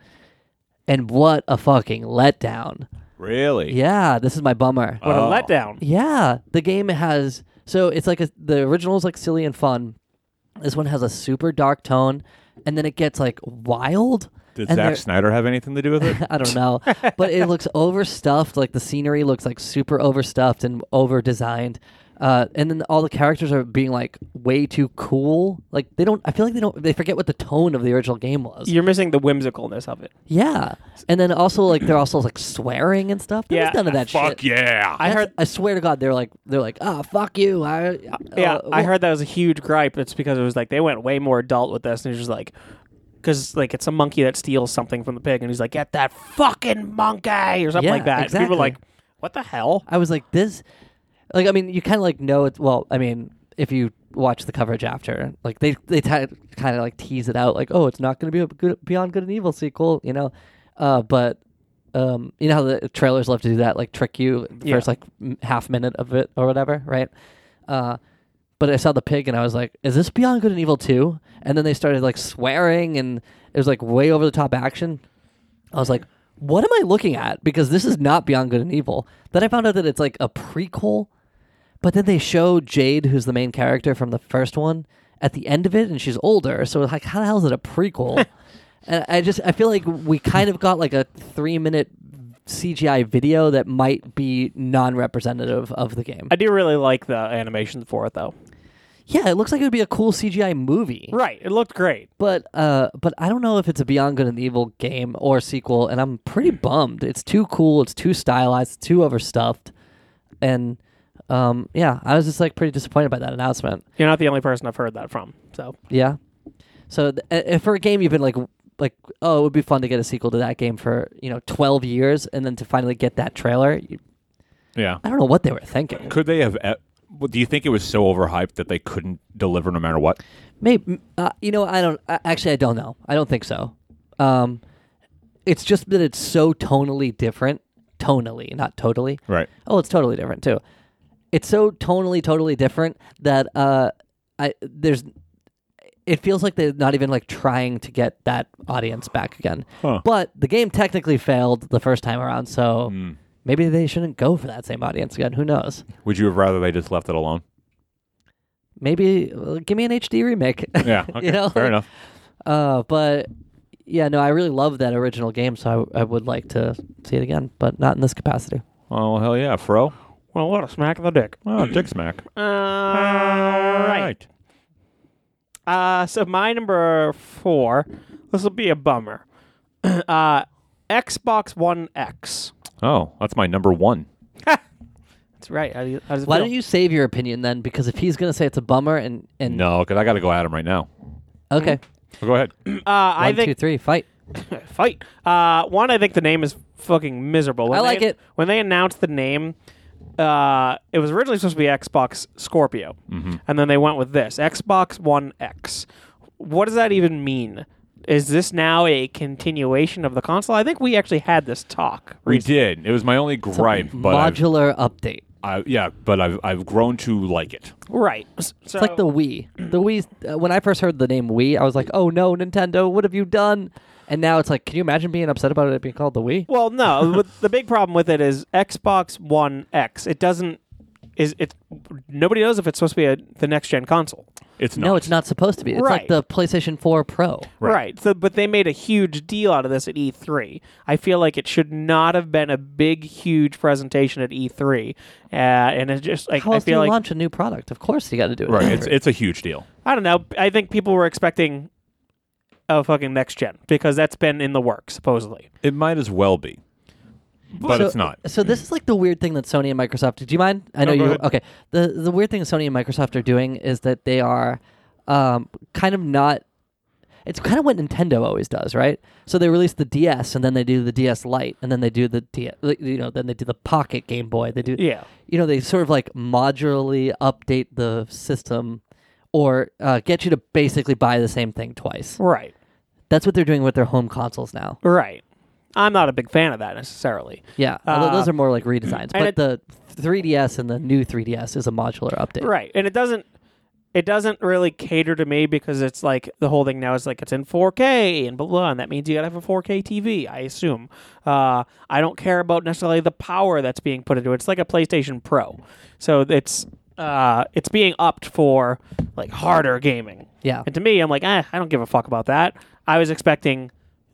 C: And what a fucking letdown!
B: really?
C: Yeah, this is my bummer.
D: What a
B: Oh.
D: letdown.
C: Yeah, the game has so it's like a, the original is like silly and fun. This one has a super dark tone, and then it gets like wild.
B: Did
C: and Oh,
B: Zack
C: there-
B: Snyder have anything to do with it?
C: I don't know, but it looks overstuffed. Like the scenery looks like super overstuffed and over designed. Uh, and then all the characters are being like way too cool. Like they don't. I feel like they don't. They forget what the tone of the original game was.
D: You're missing the whimsicalness of it.
C: Yeah. And then also like they're also like swearing and stuff. There was
D: Yeah,
C: none of that
B: Fuck
C: shit.
B: yeah!
C: I
D: heard-
C: I swear to God, they're like they're like ah fuck you. I, uh,
D: Yeah, I
C: well-
D: heard that was a huge gripe. It's because it was like they went way more adult with this, and it's just like, because like it's a monkey that steals something from the pig, and he's like, "Get that fucking monkey" or something
C: Yeah,
D: like that. And People
C: exactly.
D: are like, "What the hell?"
C: I was like, this, like, I mean, you kind of like know it's well. I mean, if you watch the coverage after, like, they they kind of like tease it out, like, oh, it's not going to be a good Beyond Good and Evil sequel, you know, uh, but. Um, you know how the trailers love to do that, like trick you the
D: Yeah.
C: first like m- half minute of it or whatever, right? Uh, but I saw the pig and I was like, "Is this Beyond Good and Evil 2? And then they started like swearing and it was like way over the top action. I was like, what am I looking at? Because this is not Beyond Good and Evil. Then I found out that it's like a prequel, but then they show Jade, who's the main character from the first one, at the end of it, and she's older. So like, how the hell is it a prequel? and I just I feel like we kind of got like a three minute CGI video that might be non representative of the game.
D: I do really like the animation for it, though.
C: yeah, it looks like it would be a cool CGI movie.
D: Right, it looked great.
C: But uh, but I don't know if it's a Beyond Good and Evil game or sequel, and I'm pretty bummed. It's too cool. It's too stylized. It's too overstuffed, and um, yeah, I was just like pretty disappointed by that announcement.
D: You're not the only person I've heard that from. So
C: Yeah. So th- uh, uh, for a game you've been like w- like oh it would be fun to get a sequel to that game for you know 12 years and then to finally get that trailer you,
B: yeah.
C: I don't know what they were thinking.
B: Could they have? e- well, Do you think it was so overhyped that they couldn't deliver no matter what?
C: Maybe uh, you know I don't I, actually I don't know. I don't think so. Um, it's just that it's so tonally different. Tonally, not totally.
B: Right.
C: Oh, it's totally different too. It's so tonally, totally different that uh, I there's. It feels like they're not even like trying to get that audience back again.
B: Huh. Hmm.
C: But the game technically failed the first time around, so Maybe they shouldn't go for that same audience again. Who knows?
B: Would you have rather they just left it alone?
C: Maybe well, give me an HD remake.
B: Yeah.
C: You know?
B: Fair enough.
C: Uh, but yeah, no, I really love that original game, so I, I would like to see it again, but not in this capacity.
B: Oh hell yeah, fro.
D: Well, what a smack of the dick.
B: Oh, dick smack.
D: All Uh, right. Uh, so my number four. This will be a bummer. Uh, Xbox One X.
B: Oh, that's my number one.
D: That's right. How, do you, how does it
C: Why
D: feel?
C: don't you save your opinion then? Because if he's gonna say it's a bummer and and
B: No, because I got to go at him right now.
C: okay,
B: Well, go ahead.
D: Uh, I
C: one, two,
D: think
C: three, fight.
D: fight. Uh, one, I think the name is fucking miserable. When
C: I like
D: they-
C: it.
D: When they announced the name, uh, it was originally supposed to be Xbox Scorpio, and then they went with this Xbox One X. What does that even mean? Is this now a continuation of the console? I think we actually had this talk.
B: We did. It was my only gripe, but I've,
C: Modular update.
B: I, yeah, but I've I've grown to like it.
D: Right. S- So,
C: It's like the Wii. The Wii. Uh, when I first heard the name Wii, I was like, "Oh no, Nintendo! What have you done?" And now it's like, can you imagine being upset about it being called the Wii?
D: Well, no. with- the big problem with it is Xbox One X. It doesn't. Is it? Nobody knows if it's supposed to be a, the next gen console.
B: It's not.
C: No, it's not supposed to be. It's like
D: Right.
C: the PlayStation 4 Pro.
B: Right.
D: Right. So, but they made a huge deal out of this at E3. I feel like it should not have been a big, huge presentation at E3. Uh, and it's just like
C: How
D: I
C: else do you
D: feel like
C: launch a new product? Of course, you got to do it.
B: Right. It's
C: after.
B: it's a huge deal.
D: I don't know. I think people were expecting a fucking next gen because that's been in the works supposedly.
B: It might as well be, but
C: So-
B: it's not.
C: So this is like the weird thing that Sony and Microsoft. Do you mind? I know
B: go
C: you.
B: ahead.
C: Okay. The the weird thing Sony and Microsoft are doing is that they are, um, kind of not. It's kind of what Nintendo always does, right? So they release the DS, and then they do the DS Lite, and then they do the DS, you know, then they do the Pocket Game Boy. They do,
D: Yeah.
C: you know, they sort of like modularly update the system, or uh, get you to basically buy the same thing twice.
D: Right.
C: That's what they're doing with their home consoles now.
D: Right. I'm not a big fan of that necessarily.
C: Yeah, although
D: Uh,
C: those are more like redesigns. But
D: it-
C: the 3DS and the new 3DS is a modular update.
D: Right. And it doesn't it doesn't really cater to me because it's like the whole thing now is like it's in 4K and blah blah, and that means you gotta have a 4K TV. I assume. Uh, I don't care about necessarily the power that's being put into it. It's like a PlayStation Pro, so it's uh, it's being upped for like harder gaming.
C: Yeah.
D: And to me, I'm like, eh, I don't give a fuck about that. I was expecting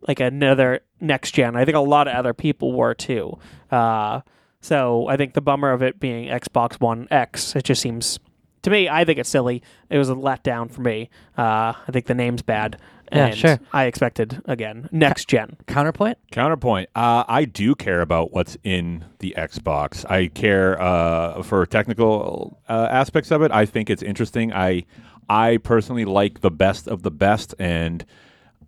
D: like another next gen. I think a lot of other people were too. Uh, so I think the bummer of it being Xbox One X, it just seems to me. I think it's silly. It was a letdown for me. Uh, I think the name's bad.
C: Yeah,
D: and
C: sure.
D: I expected again next gen.
C: Counterpoint?
B: Counterpoint. Uh, I do care about what's in the Xbox. I care uh, for technical uh, aspects of it. I think it's interesting. I I personally like the best of the best, and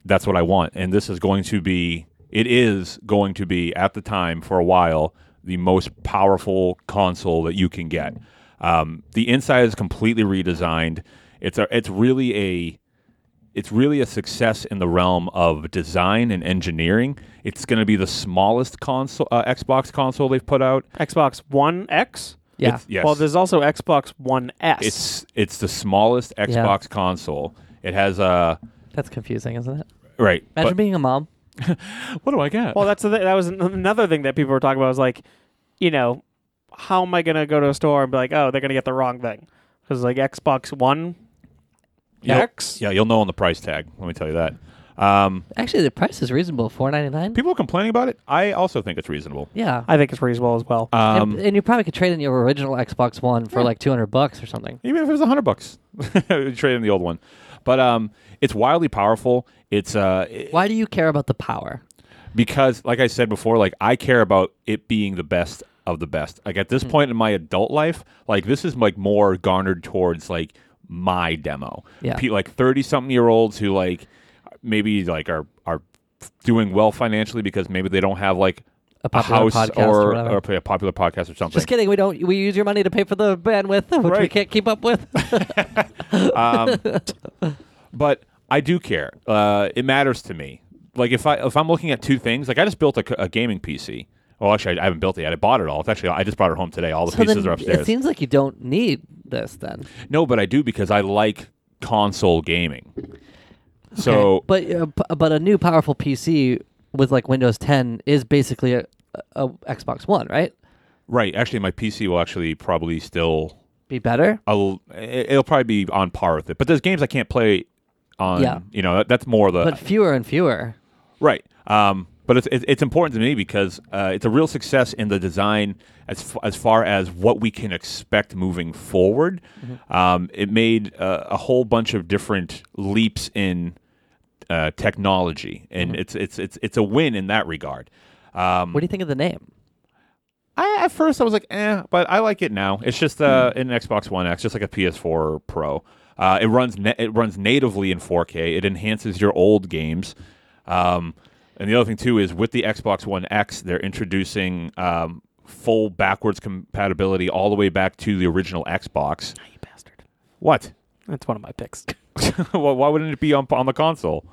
B: that's what I want. And this is going to be. It is going to be at the time for a while the most powerful console that you can get. Um, the inside is completely redesigned. It's a. It's really a it's really a success in the realm of design and engineering. It's going to be the smallest console, uh, Xbox console they've put out.
D: Xbox One X.
C: Yeah.
B: It's, yes,
D: Well, there's also Xbox One S.
B: it's it's the smallest Xbox console. It has a
C: That's confusing, isn't it?
B: right.
C: Imagine
B: but-
C: being a mom.
B: what do I get?
D: Well, that's the th- that was an- another thing that people were talking about was like, you know, how am I gonna go to a store and be like, oh, they're gonna get the wrong thing because like Xbox One
B: You'll-
D: X.
B: yeah, you'll know on the price tag. Let me tell you that. Um,
C: Actually, the price is reasonable, four ninety nine.
B: people are complaining about it. I also think it's reasonable.
C: Yeah.
D: I think it's reasonable as well.
B: Um,
C: and, and you probably could trade in your original Xbox One for like two hundred bucks or something.
B: even if it was a hundred bucks, trade in the old one. But um, it's wildly powerful. It's uh,
C: Why do you care about the power?
B: because like i said before like i care about it being the best of the best like at
C: Hmm.
B: this point in my adult life like this is like more garnered towards like my demo
C: Yeah.
B: Pe- like 30 something year olds who like maybe like are are doing well financially because maybe they don't have like
C: A popular
B: house
C: podcast or
B: or,
C: whatever.
B: a popular podcast or something
C: Just kidding. We don't. We use your money to pay for the bandwidth, which we
B: Right.
C: can't keep up with.
B: but I do care. Uh, it matters to me. Like if I if I'm looking at two things, like I just built a, c- a gaming PC. Well, actually, I I haven't built it yet. I bought it all. It's actually I just brought it home today. All the
C: so
B: pieces
C: then
B: are
C: it
B: upstairs.
C: seems like you don't need this then.
B: no, but I do because I like console gaming. So
C: uh, but uh, p- but a new powerful PC with like Windows 10 is basically a, a Xbox One, right?
B: Right. Actually, my PC will actually probably still.
C: Be better.
B: I'll, it- it'll probably be on par with it. But there's games I can't play on.
C: Yeah.
B: You know, that, that's more the
C: But fewer and fewer.
B: right. Um, but it's, it's it's important to me because uh, it's a real success in the design as f- as far as what we can expect moving forward.
C: Mm-hmm.
B: Um, it made uh, a whole bunch of different leaps in uh, technology, and
C: Mm-hmm.
B: it's it's it's it's a win in that regard. Um,
C: What do you think of the name?
B: I at first I was like, eh, but I like it now. It's just uh, an Xbox One X, just like a PS4 Pro. Uh, it runs na- it runs natively in 4K. It enhances your old games. Um, and the other thing too is with the Xbox One X, they're introducing um, full backwards compatibility all the way back to the original Xbox.
D: Ah, You bastard.
B: What?
D: That's one of my picks.
B: Well, Why wouldn't it be on, on the console?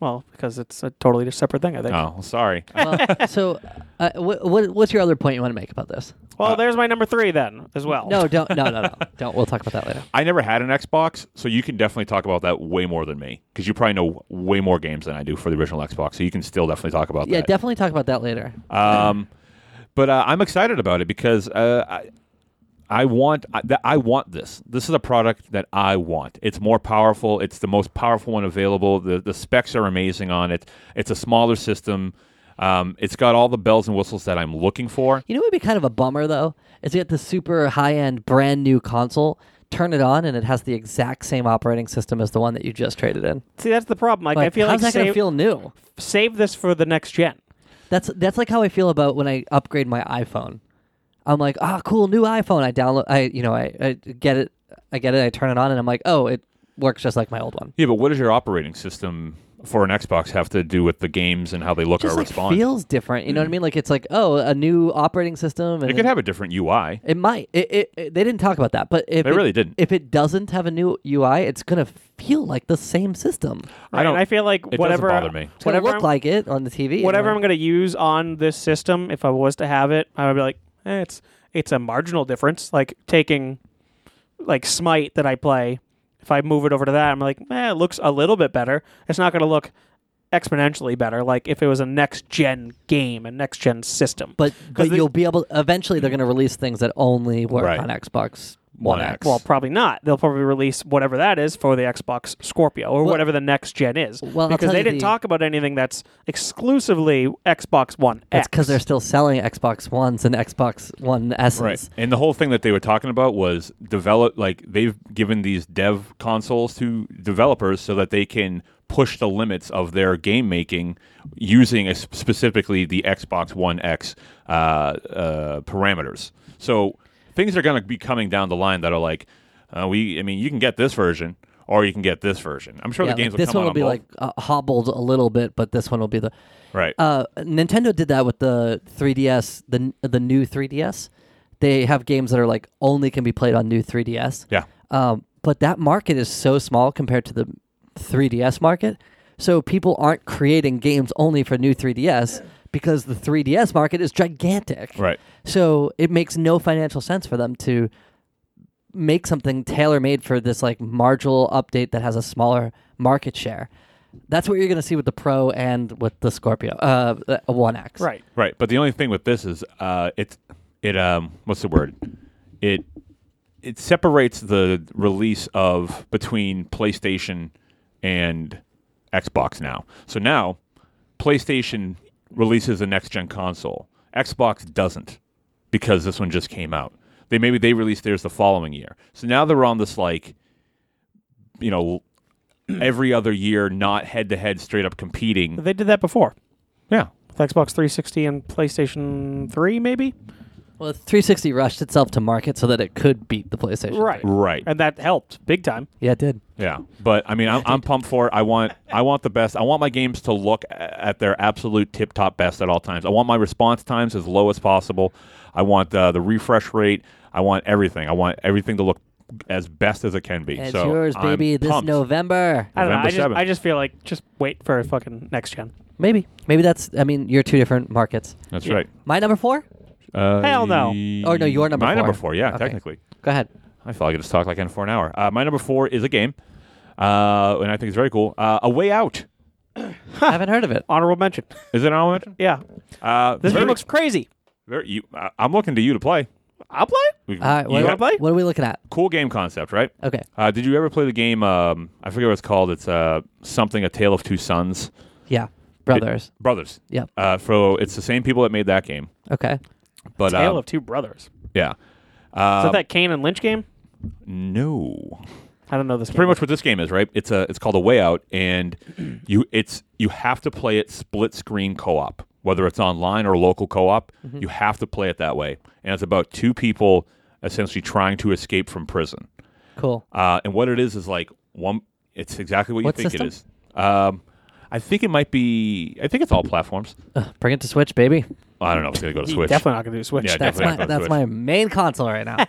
D: Well, because it's a totally separate thing, I think.
B: Oh, sorry.
C: Well, so, uh, what, what, what's your other point you want to make about this?
D: Well,
B: Uh,
D: there's my number three then as
B: Oh.
D: well.
C: No, don't. No, no, no. Don't. We'll talk about that later.
B: I never had an Xbox, so you can definitely talk about that way more than me because you probably know way more games than I do for the original Xbox. So you can still definitely talk about
C: Yeah,
B: that.
C: definitely talk about that later.
B: Um, but uh, I'm excited about it because uh, I, I want I, that I want this. This is a product that I want. It's more powerful. It's the most powerful one available. The the specs are amazing on it. It's a smaller system. Um, it's got all the bells and whistles that I'm looking for.
C: You know what would be kind of a bummer though? Is to get the super high end brand new console, turn it on, and it has the exact same operating system as the one that you just traded in.
D: See, that's the problem. Like,
C: Like,
D: I feel
C: how's
D: like
C: that going to
D: save,
C: feel new?
D: save this for the next gen.
C: That's that's like how I feel about when I upgrade my iPhone. I'm like, ah, cool, new iPhone. I download, I you know, I, I get it, I get it, I turn it on, and I'm like, oh, it works just like my old one.
B: Yeah, but what does your operating system for an Xbox have to do with the games and how they look
C: Just
B: or
C: like
B: respond?
C: feels different. You know what I mean? Like it's like, oh, a new operating system. And
B: it could have a different UI.
C: It might. It, it, it- they didn't talk about that, but if
B: They
C: it-
B: really didn't.
C: If it doesn't have a new UI, it's gonna feel like the same system.
B: I
D: Right?
B: don't.
D: And I feel like
B: it
D: whatever
B: doesn't bother me.
C: It's gonna
D: whatever
C: look
D: I'm,
C: like it on the TV. and
D: whatever
C: like-
D: I'm going to use on this system, if I was to have it, I would be like, eh, it's it's a marginal difference. Like taking like Smite that I play, if I move it over to that, I'm like, eh, it looks a little bit better. It's not going to look exponentially better. Like if it was a next gen game, a next gen system.
C: but but
D: they-
C: you'll be able. Eventually, they're gonna release things that only work
B: Mm. Right.
C: on Xbox
B: One
C: One
B: X.
C: X.
B: Well,
D: probably not. They'll probably release whatever that is for the Xbox Scorpio or
C: Well-
D: whatever the next gen is,
C: Well, I'll
D: because
C: tell
D: they
C: you
D: didn't
C: the-
D: talk about anything that's exclusively Xbox One
C: that's because
D: X.
C: they're still selling Xbox Ones and Xbox One S's.
B: Right. And the whole thing that they were talking about was develop like they've given these dev consoles to developers so that they can push the limits of their game making using a, specifically the Xbox One X uh, uh, parameters. So things are going to be coming down the line that are like uh, we I mean you can get this version or you can get this version. I'm sure
C: Yeah,
B: the games
C: like, this
B: will come
C: one
B: out
C: will
B: on
C: be
B: both.
C: like uh, hobbled a little bit, but this one will be the
B: right.
C: uh, Nintendo did that with the 3DS, the the new 3DS. They have games that are like only can be played on new 3DS.
B: yeah.
C: Um, but that market is so small compared to the 3DS market. So people aren't creating games only for new 3DS because the 3DS market is gigantic.
B: Right.
C: So it makes no financial sense for them to make something tailor made for this like marginal update that has a smaller market share. That's what you're going to see with the Pro and with the Scorpio, uh, the One X.
D: right.
B: Right, but the only thing with this is uh, it's it um what's the word? It it separates the release of between PlayStation and Xbox now. So now PlayStation releases a next gen console. Xbox doesn't because this one just came out. They maybe they released theirs the following year. So now they're on this like you know every other year not head to head straight up competing.
D: They did that before.
B: Yeah.
D: with Xbox 360 and PlayStation 3, maybe.
C: Well, 360 rushed itself to market so that it could beat the PlayStation.
B: Right.
D: and that helped big time.
C: Yeah, it did.
B: Yeah, but I mean, I'm, I'm pumped for it. I want, I want the best. I want my games to look a- at their absolute tip top best at all times. I want my response times as low as possible. I want uh, the refresh rate. I want everything. I want everything to look as best as it can be.
C: It's
B: so
C: yours,
B: I'm
C: baby. this
B: pumped.
C: November.
D: I don't know.
B: November
D: I just,
B: 7th.
D: I just feel like just wait for fucking next gen.
C: Maybe. Maybe that's. I mean, you're two different markets.
B: That's
D: Yeah.
B: right.
C: My number four.
B: Uh,
D: Hell no.
C: Oh, no, your number
B: My
C: four.
B: number four. Yeah,
C: Okay.
B: technically.
C: Go ahead.
B: I feel like I just talked like I can for an hour. Uh, my number four is a game, uh, and I think it's very cool. Uh, a way out.
C: I haven't heard of it.
D: Honorable mention.
B: Is it an honorable mention?
D: Yeah.
B: Uh,
D: This
B: very-
D: game looks crazy.
B: very- you, I, I'm looking to you to play.
D: I'll play it.
B: We-
C: All right,
B: you
C: what,
B: got-
D: wanna play?
C: what are we looking at?
B: Cool game concept, right?
C: Okay.
B: Uh, did you ever play the game? Um, I forget what it's called. It's uh, something, A Tale of Two Sons.
C: Yeah. Brothers.
B: Brothers.
C: Yep.
B: Uh, for it's the same people that made that game,
C: Okay.
B: but
D: Tale
B: um,
D: of Two Brothers. Is
B: yeah, uh,
D: that that Kane and Lynch game?
B: no,
D: I don't know this.
B: pretty much what this game is, right? It's a it's called a way out, and you it's you have to play it split screen co op, whether it's online or local co op.
D: Mm-hmm.
B: You have to play it that way, and it's about two people essentially trying to escape from prison.
C: Cool.
B: Uh, and what it is is like one. It's exactly what,
C: What
B: you think
C: system?
B: it is. Um, I think it might be. I think it's all platforms.
C: Ugh, bring it to Switch, baby.
B: I don't know if it's gonna go to
D: You
B: Switch.
D: Definitely not gonna do Switch.
B: Yeah,
D: That's
B: definitely.
D: my-
B: not
C: My-
B: on
C: that's
B: Switch.
C: my main console right now.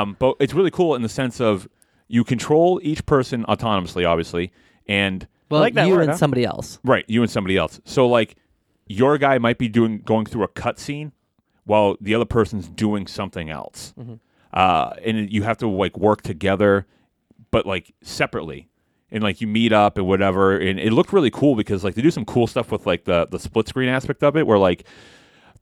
B: Um, but it's really cool in the sense of you control each person autonomously, obviously, and
C: Well,
D: like that
C: you
D: word,
C: and
D: huh?
C: somebody else.
B: right, you and somebody else. So like, your guy might be doing going through a cutscene while the other person's doing something else, uh, and you have to like work together, but like separately. And like you meet up and whatever, and it looked really cool because like they do some cool stuff with like the the split screen aspect of it, where like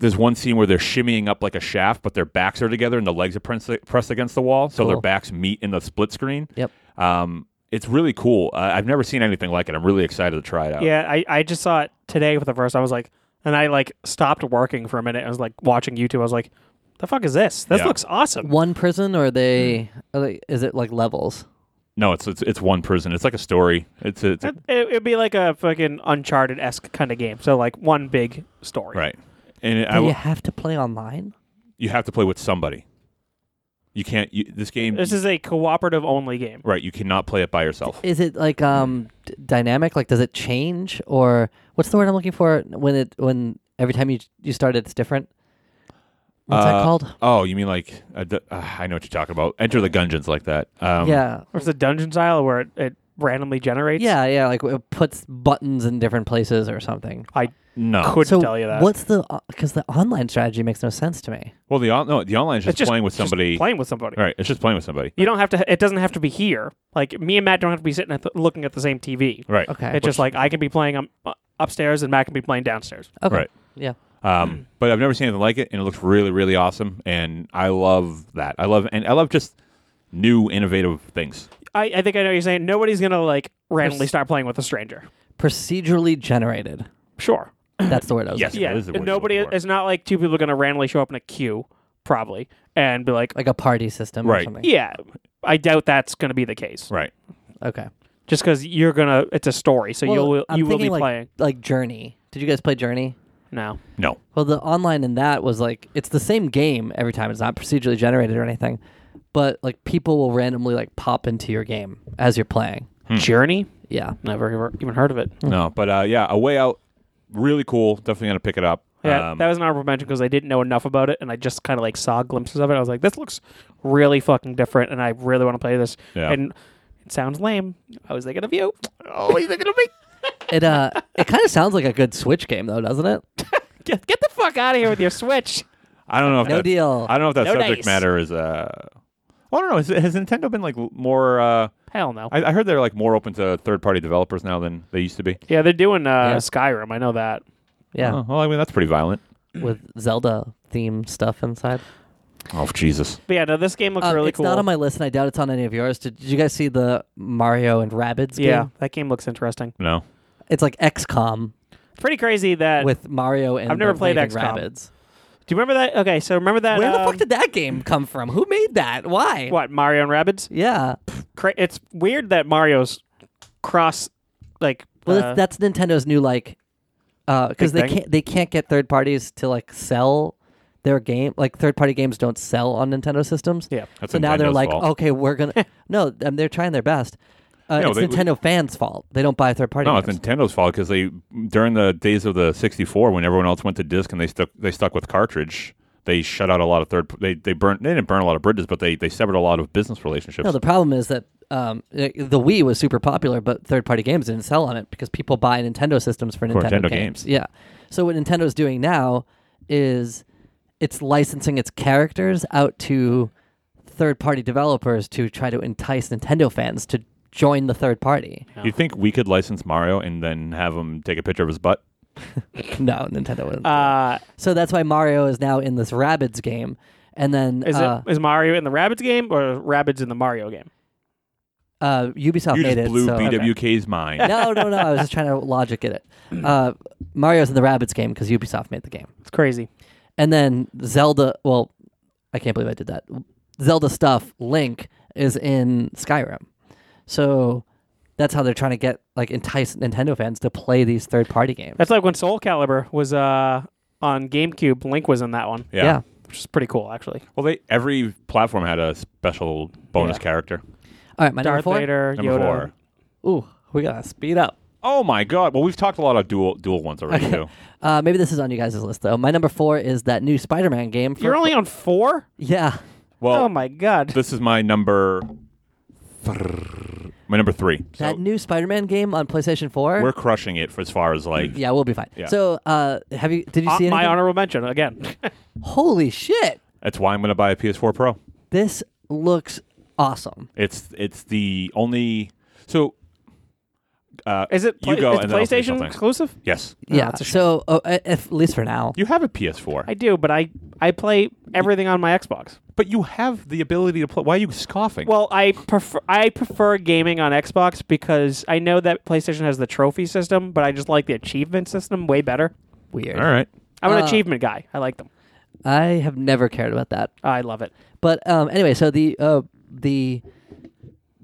B: there's one scene where they're shimmying up like a shaft, but their backs are together and the legs are pressed, pressed against the wall, so their
C: Cool.
B: backs meet in the split screen.
C: Yep.
B: Um, it's really cool. Uh, I've never seen anything like it. I'm really excited to try it out.
D: Yeah, I, I just saw it today for the first. time. I was like, and I like stopped working for a minute. I was like watching YouTube. I was like, the fuck is this? This
B: Yeah.
D: looks awesome.
C: One prison, or are they?
D: Hmm.
C: Are they is it like levels?
B: No, it's it's, it's one prison. It's like a story. It's a, it's a-
D: It, it, would be like a fucking Uncharted esque kind of game. So like one big story.
B: right, and it, I
C: Do you
B: w-
C: have to play online?
B: you have to play with somebody. You can't. You, this game,
D: This is a cooperative only game.
B: right? You cannot play it by yourself.
C: Is it like um d- dynamic? Like, does it change, or what's the word I'm looking for when it when every time you you start it's different? What's that
B: Uh,
C: called?
B: Oh, you mean like uh, d- uh, I know what you're talking about. Enter the Gungeons like that. Um,
C: yeah,
D: There's a dungeon style where it, it randomly generates.
C: yeah, yeah. Like it puts buttons in different places or something.
D: I
B: No.
D: couldn't
C: so
D: tell you that.
C: what's the? Because the online strategy makes no sense to me.
B: Well, the on- no the online is
D: It's
B: just, playing with
D: just
B: somebody.
D: playing with somebody.
B: Right. It's just playing with somebody.
D: You don't have to. It doesn't have to be here. Like me and Matt don't have to be sitting at the, looking at the same TV.
B: Right.
C: Okay.
D: It's just like I can be playing um, upstairs and Matt can be playing downstairs.
C: Okay.
B: Right.
C: Yeah.
B: Um, but I've never seen anything like it, and it looks really, really awesome. And I love that. I love and I love just new, innovative things.
D: I, I think I know what you're saying. Nobody's gonna like randomly start playing with a stranger.
C: Procedurally generated.
D: Sure.
C: That's the word I was.
B: Yes.
C: looking
D: Yeah.
B: that is the word you're
D: Nobody.
B: looking for.
D: It's not like two people are gonna randomly show up in a queue, probably, and be like,
C: for. Like a party system or
B: Right.
C: something.
D: yeah. I doubt that's gonna be the case.
B: Right.
C: Okay.
D: Just because you're gonna, it's a story, so
C: Well,
D: you'll
C: I'm
D: you will be
C: thinking, like,
D: playing.
C: Like Journey. Did you guys play Journey?
D: No.
B: No.
C: Well, the online in that was like it's the same game every time. It's not procedurally generated or anything, but like people will randomly like pop into your game as you're playing.
B: Hmm.
D: Journey.
C: Yeah.
D: Never ever even heard of it.
B: No. But uh, yeah, a way out. Really cool. Definitely gonna pick it up.
D: Yeah,
B: Um,
D: that was an honorable mention because I didn't know enough about it, and I just kind of like saw glimpses of it. I was like, "This looks really fucking different," and I really want to play this.
B: Yeah.
D: And it sounds lame. I was thinking of you. Oh, you thinking of me?
C: It uh, it kind of sounds like a good Switch game though, doesn't it?
D: Get, get the fuck out of here with your Switch.
B: I don't know. If
C: No
B: that-
C: deal.
B: I don't know if that
D: No
B: subject
D: dice.
B: matter is. Uh, well, I don't know. Has, has Nintendo been like l- more? Uh,
D: Hell no.
B: I, I heard they're like more open to third-party developers now than they used to be.
D: yeah, they're doing uh,
C: Yeah.
D: Skyrim. I know that.
C: Yeah,
B: Oh, well, I mean that's pretty violent.
C: with Zelda theme stuff inside.
B: Oh Jesus!
D: But yeah, no, this game looks
C: Uh,
D: really
C: it's
D: cool.
C: not on my list, and I doubt it's on any of yours. Did, did you guys see the Mario and Rabbids
D: yeah,
C: game?
D: that game looks interesting.
B: No.
C: It's like XCOM
D: It's pretty crazy that.
C: with Mario and
D: I've never
C: the
D: played
C: waving
D: XCOM.
C: Rabbids.
D: do you remember that? Okay, so remember that?
C: Where the
D: um,
C: fuck did that game come from? Who made that? Why?
D: what Mario and Rabbids?
C: Yeah.
D: Cra- it's weird that Mario's cross like.
C: Well,
D: uh,
C: that's, that's Nintendo's new like, because
D: Big
C: they
D: thing?
C: can't they can't get third parties to like sell their game. Like third party games don't sell on Nintendo systems.
D: yeah.
B: That's
C: so now they're
B: Nintendo's
C: like,
B: fault.
C: okay, we're gonna no, um, they're trying their best. Uh,
B: No,
C: it's
B: they-
C: Nintendo fans' fault. They don't buy third party.
B: No, it's
C: games.
B: Nintendo's fault because they during the days of the 64 when everyone else went to disc and they stuck they stuck with cartridge. They shut out a lot of third. They they burnt. They didn't burn a lot of bridges, but they they severed a lot of business relationships.
C: no, the problem is that um, uh, the Wii was super popular, but third party games didn't sell on it because people buy Nintendo systems for Nintendo,
B: Nintendo games.
C: Yeah. So what Nintendo's doing now is it's licensing its characters out to third party developers to try to entice Nintendo fans to join the third party.
B: You think we could license Mario and then have him take a picture of his butt?
C: No, Nintendo wouldn't.
D: Uh,
C: so that's why Mario is now in this Rabbids game, and then
D: is
C: uh,
D: it is Mario in the Rabbids game or Rabbids in the Mario game?
C: uh, Ubisoft
B: You
C: made
B: just
C: it.
B: blew
C: so-
B: BWK's mind.
C: no, no, no. I was just trying to logic it. Uh, Mario's in the Rabbids game because Ubisoft made the game.
D: It's crazy.
C: And then Zelda, well, I can't believe I did that. Zelda stuff, Link is in Skyrim. So that's how they're trying to get, like, entice Nintendo fans to play these third party games.
D: That's like when Soul Calibur was uh, on GameCube. Link was in that one,
B: Yeah.
D: which is pretty cool actually.
B: Well, they every platform had a special bonus
D: Yeah.
B: character.
C: All right, my number
D: Darth
C: four.
D: Vader,
B: Number
D: Yoda.
B: four.
C: Ooh, we got to speed up.
B: Oh my God! Well, we've talked a lot of dual dual ones already too.
C: Uh, maybe this is on you guys' list, though. My number four is that new Spider Man game. For,
D: You're only on four.
C: yeah.
B: Well,
D: oh my god.
B: this is my number. My number three. So
C: that new Spider Man game on PlayStation 4.
B: we're crushing it for as far as like.
C: yeah, we'll be fine.
B: Yeah.
C: So, uh, have you? Did you
D: Uh,
C: see anything?
D: my honorable mention again.
C: Holy shit!
B: That's why I'm going to buy a PS4 Pro.
C: This looks awesome.
B: It's it's the only. So. Uh,
D: is it,
B: you
D: play-
B: go
D: is it
B: and then I'll say
D: PlayStation
B: something.
D: exclusive?
B: Yes,
C: yeah.
D: that's a shame.
C: So, uh, if, at least for now,
B: you have a PS4,
D: I do, but I I play everything on my Xbox.
B: but you have the ability to play. Why are you scoffing?
D: Well, I prefer I prefer gaming on Xbox because I know that PlayStation has the trophy system, but I just like the achievement system way better.
C: weird.
B: all right.
D: I'm an
C: Uh,
D: achievement guy. I like them.
C: I have never cared about that.
D: I love it.
C: But um, anyway, so the uh, the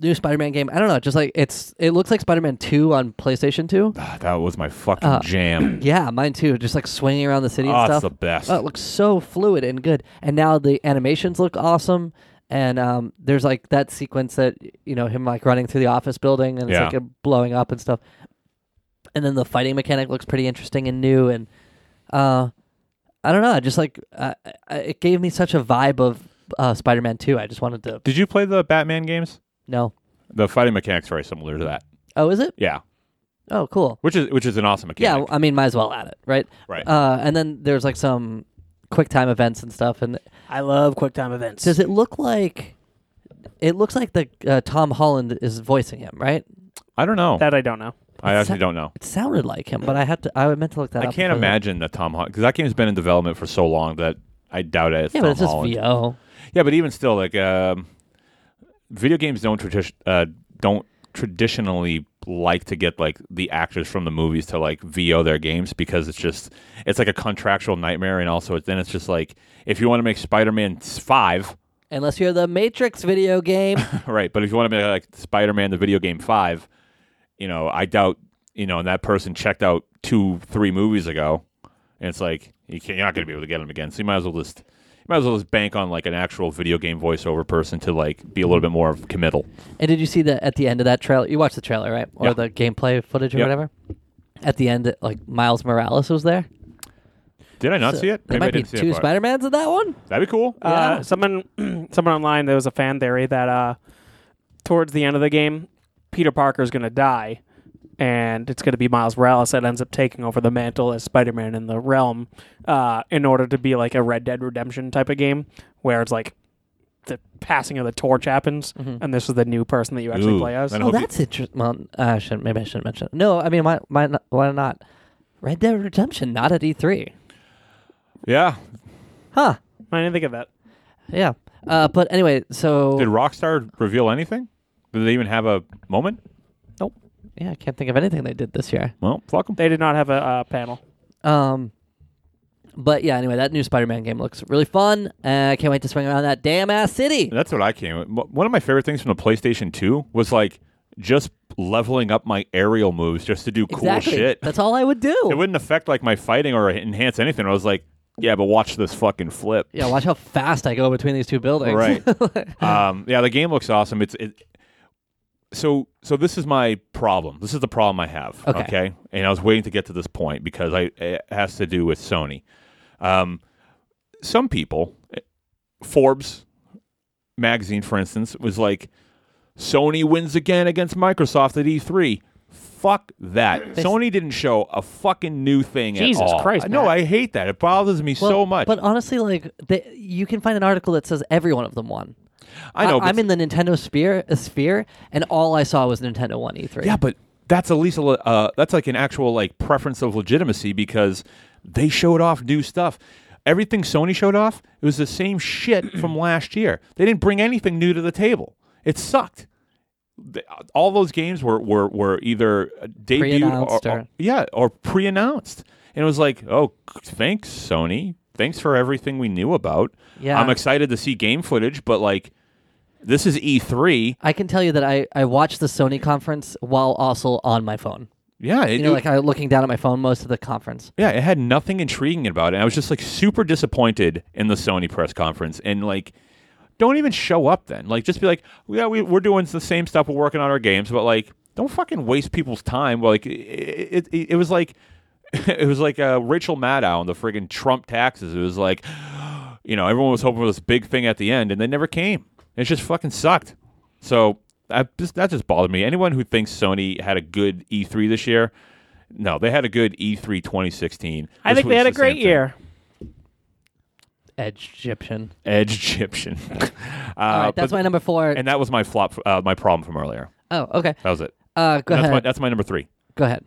C: new Spider-Man game. I don't know. Just like it's, it looks like Spider-Man Two on PlayStation Two.
B: Ah, that was my fucking jam.
C: Yeah, mine too. Just like swinging around the city
B: Oh,
C: and
B: it's
C: Uh, stuff.
B: the best.
C: Oh, it looks so fluid and good. And now the animations look awesome. And um, there's like that sequence that you know him like running through the office building and it's
B: Yeah.
C: like it blowing up and stuff. And then the fighting mechanic looks pretty interesting and new. And uh, I don't know. I just like uh, I- it gave me such a vibe of uh, Spider-Man Two. I just wanted to
B: Did you play the Batman games?
C: know.
B: The fighting mechanics very similar to that.
C: Oh, is it?
B: Yeah,
C: Oh, cool.
B: which is which is an awesome
C: Yeah,
B: mechanic.
C: I mean, might as well add it, right?
B: Right.
C: Uh, and then there's like some quick time events and stuff. And
D: I love QuickTime events.
C: Does it look like? It looks like the uh, Tom Holland is voicing him, right?
B: I don't know.
D: that I don't know.
B: I actually
C: Sa-
B: don't know.
C: It sounded like him, but I had to. I meant to look that
B: I
C: up.
B: can't
C: before the-
B: imagine that Tom Holland because that game's been in development for so long that I doubt it. It's
C: Yeah,
B: Tom
C: but it's just
B: Holland.
C: VO.
B: Yeah, but even still, like um, video games don't tradi- uh, don't traditionally like to get like the actors from the movies to like VO their games because it's just it's like a contractual nightmare, and also it, then it's just like if you want to make Spider Man five,
C: Unless you're the Matrix video game.
B: right? But if you want to make like Spider Man the video game five, you know, I doubt you know that person checked out two three movies ago, and it's like you can't, you're not going to be able to get them again. So you might as well just you might as well just bank on like an actual video game voiceover person to like be a little bit more of committal.
C: and did you see that at the end of that trailer? You watched the trailer, right? Or
B: Yeah.
C: the gameplay footage or
B: Yeah.
C: whatever. At the end, like Miles Morales was there.
B: Did I not
C: So
B: see it?
C: There might
B: I
C: be
B: didn't see
C: two
B: that part.
C: Spider Mans in that one.
B: That'd be cool.
D: Uh, someone someone online there was a fan theory that uh, towards the end of the game, Peter Parker's gonna die, and it's gonna be Miles Morales that ends up taking over the mantle as Spider-Man in the realm, uh, in order to be like a Red Dead Redemption type of game where it's like the passing of the torch happens, and this is the new person that you actually
B: Ooh,
D: play as.
B: then I
C: Oh,
B: hope you-
C: that's interesting. Well, uh, I shouldn't. Maybe I shouldn't mention. It. No, I mean, why, why, not, why not? Red Dead Redemption not at E E3,
B: yeah.
C: huh?
D: I didn't think of that.
C: Yeah. Uh, but anyway, so
B: Did Rockstar reveal anything? Did they even have a moment?
C: yeah, I can't think of anything they did this year.
B: Well, fuck them.
D: They did not have a uh, panel.
C: Um, but yeah, anyway, that new Spider-Man game looks really fun. Uh, I can't wait to swing around that damn ass city.
B: That's what I came. with. Mo- One of my favorite things from the PlayStation 2 was like just leveling up my aerial moves just to do cool
C: exactly.
B: shit.
C: That's all I would
B: it
C: do.
B: wouldn't affect like my fighting or enhance anything. I was like, yeah, but watch this fucking flip.
C: yeah, watch how fast I go between these two buildings.
B: Right. um, yeah, the game looks awesome. It's it. So so this is my problem. This is the problem I have.
C: Okay.
B: And I was waiting to get to this point because I it has to do with Sony. Um, some people, Forbes magazine, for instance, was like, Sony wins again against Microsoft at E3. Fuck that. Sony didn't show a fucking new thing
D: Jesus
B: at all.
D: Christ,
B: No,
D: Matt.
B: I hate that. It bothers me
C: Well,
B: so much.
C: But honestly, like they, you can find an article that says every one of them won.
B: I know. but
C: I'm in the Nintendo sphere, uh, sphere, and all I saw was Nintendo One E E3.
B: Yeah, but that's at least a, le- uh, that's like an actual like preference of legitimacy because they showed off new stuff. Everything Sony showed off, it was the same shit from last year. They didn't bring anything new to the table. It sucked. Th- All those games were were, were either uh, debuted or,
C: Pre-announced or-
B: yeah or pre-announced, and it was like, oh, thanks Sony, thanks for everything we knew about.
C: Yeah.
B: I'm excited to see game footage, but like, this is E E3.
C: I can tell you that I, I watched the Sony conference while also on my phone.
B: Yeah, it,
C: You know,
B: it-
C: like I looking down at my phone most of the conference.
B: Yeah, it had nothing intriguing about it. I was just like super disappointed in the Sony press conference and like don't even show up then. Like just be like, yeah, we, we're doing the same stuff. We're working on our games, but like don't fucking waste people's time. Like it, it, it was like it was like uh, Rachel Maddow and the friggin' Trump taxes. It was like you know everyone was hoping for this big thing at the end and they never came. It just fucking sucked. So I just, that just bothered me. Anyone who thinks Sony had a good E3 this year, no, they had a good E E3 2016.
D: I
B: This
D: think they
B: was
D: had a
B: the same
D: great
B: thing.
D: year.
C: Edge Egyptian.
B: Edge Egyptian. uh,
C: All right, that's
B: but-
C: my number four.
B: and that was my flop, uh, my problem from earlier.
C: oh, okay.
B: That was it.
C: Uh, go
B: That's
C: ahead.
B: my, that's my number three.
C: go ahead.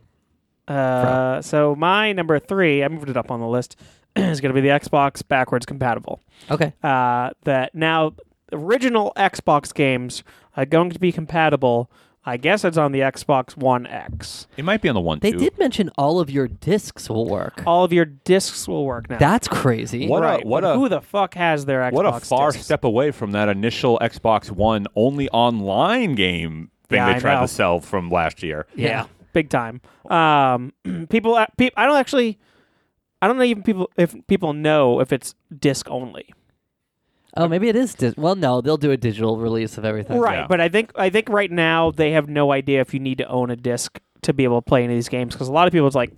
D: Uh, so my number three, I moved it up on the list, is going to be the Xbox backwards compatible.
C: Okay.
D: uh, that now original Xbox games are going to be compatible. I guess it's on the Xbox One X.
B: It might be on the one.
C: They
B: two.
C: did mention all of your discs will work.
D: All of your discs will work now.
C: That's crazy.
B: What
D: right.
B: a what
D: but
B: a
D: who the fuck has their Xbox?
B: what a far
D: discs?
B: step away from that initial Xbox One only online game thing
D: Yeah,
B: they
D: I
B: tried
D: know.
B: to sell from last year.
D: Yeah, big time. Um, people, pe- I don't actually, I don't know even people if people know if it's disc only.
C: Oh, maybe it is. Dis- well, no, they'll do a digital release of everything.
D: Right,
B: Yeah.
D: but I think I think right now they have no idea if you need to own a disc to be able to play any of these games because a lot of people is like,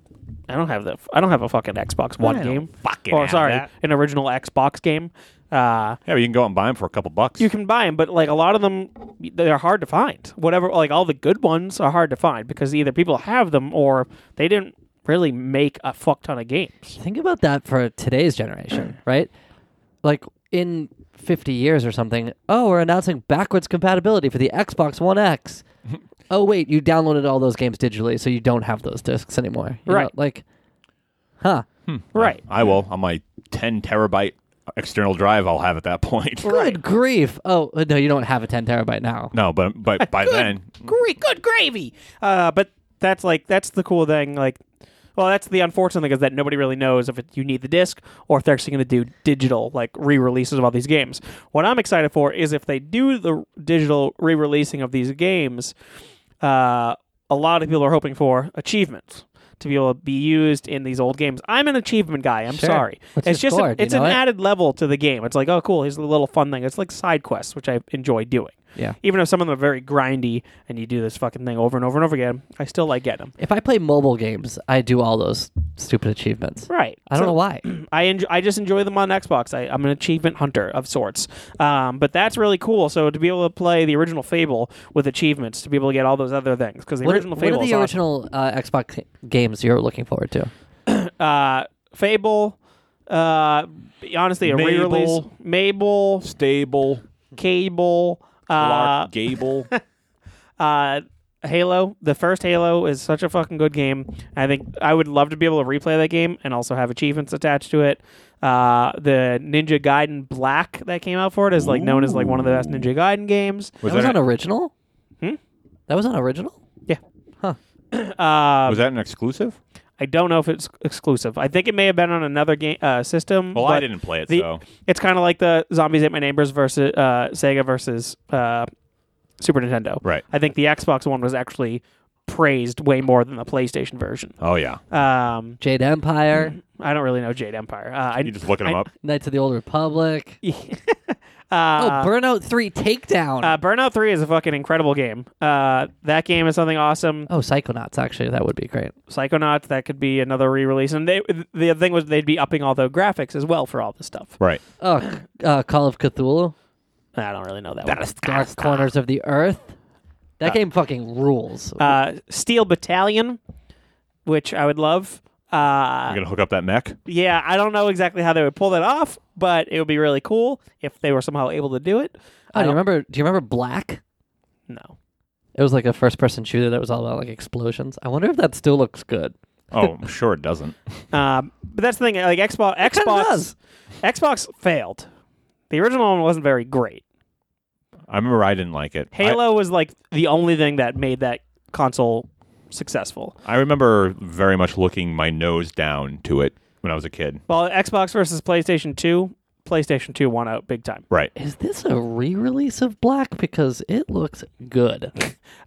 D: I don't have the I don't have a fucking Xbox One
B: don't
D: game,
B: fucking
D: or
B: have
D: Oh, sorry,
B: that.
D: an original Xbox game. Uh,
B: Yeah, but you can go out and buy them for a couple bucks.
D: you can buy them, but like a lot of them, they're hard to find. Whatever, like all the good ones are hard to find because either people have them or they didn't really make a fuck ton of games.
C: Think about that for today's generation, right? Like in 50 years or something, oh, we're announcing backwards compatibility for the Xbox One X. oh, wait, you downloaded all those games digitally, so you don't have those discs anymore. You know,
D: Right.
C: like, huh.
D: Right.
B: I will on my ten terabyte external drive. I'll have at that point.
C: Good grief. Oh, no, you don't have a 10 terabyte now.
B: No, but but by then,
D: great, good gravy. Uh, but that's like that's the cool thing. Like, well, that's the unfortunate thing is that nobody really knows if it, you need the disc or if they're actually going to do digital like re-releases of all these games. What I'm excited for is if they do the digital re-releasing of these games, uh, a lot of people are hoping for achievements. To be able to be used in these old games, I'm an achievement guy. I'm
C: Sure.
D: sorry.
C: What's
D: it's
C: your
D: just
C: score?
D: a,
C: Do you
D: it's
C: know
D: an
C: it?
D: added level to the game. It's like oh cool, here's a little fun thing. It's like side quests, which I enjoy doing
C: Yeah.
D: even if some of them are very grindy and you do this fucking thing over and over and over again, I still like getting them.
C: If I play mobile games, I do all those stupid achievements.
D: Right.
C: I don't know why.
D: I enjoy, I just enjoy them on Xbox. I, I'm an achievement hunter of sorts. Um, but that's really cool. So to be able to play the original Fable with achievements, to be able to get all those other things, because the
C: What,
D: original
C: what
D: Fable
C: are
D: is
C: the original uh, Xbox g- games you're looking forward to?
D: awesome. uh, Fable. Uh, honestly, a
B: Mabel.
D: re-release. Mabel,
B: stable
D: Cable, uh,
B: Clark Gable.
D: uh, Halo, the first Halo is such a fucking good game. I think I would love to be able to replay that game and also have achievements attached to it. Uh, the Ninja Gaiden Black that came out for it is like known as like one of the best Ninja Gaiden games.
B: Was
C: that was
B: that,
C: on
B: a-
C: original?
D: Hmm?
C: That was on original?
D: Uh,
B: was that an exclusive?
D: I don't know if it's exclusive. I think it may have been on another game uh, system.
B: Well, I
D: but
B: didn't play it,
D: the-
B: so
D: It's kind of like the Zombies Ate My Neighbors versus uh, Sega versus uh, Super Nintendo.
B: right.
D: I think the Xbox one was actually praised way more than the PlayStation version.
B: Oh yeah,
D: Um,
C: Jade Empire,
D: I don't really know Jade Empire. Uh, I,
B: you just looking
D: I-
B: them up.
C: Knights of the Old Republic. oh,
D: uh,
C: Burnout 3 Takedown.
D: uh, Burnout Three is a fucking incredible game. Uh, that game is something awesome.
C: oh, Psychonauts, actually. That would be great.
D: Psychonauts that could be another re-release, and they the thing was they'd be upping all the graphics as well for all this stuff.
B: Right.
C: Oh, c- uh, Call of Cthulhu,
D: I don't really know that one.
C: Dark Corners of the Earth. That game fucking rules.
D: Uh, Steel Battalion, which I would love.
B: You're
D: Uh,
B: gonna hook up that mech.
D: yeah, I don't know exactly how they would pull that off, but it would be really cool if they were somehow able to do it.
C: Oh, do you
D: don't-
C: remember? Do you remember Black?
D: No.
C: It was like a first-person shooter that was all about like explosions. I wonder if that still looks good.
B: Oh, I'm sure it doesn't.
D: Um, but that's the thing. Like Xbox,
C: kinda
D: Xbox,
C: does.
D: Xbox failed. The original one wasn't very great.
B: I remember I didn't like it. I-
D: Halo was like the only thing that made that console successful.
B: I remember very much looking my nose down to it when I was a kid.
D: Well, Xbox versus PlayStation 2, PlayStation 2 won out big time.
B: Right.
C: Is this a re-release of Black because it looks good?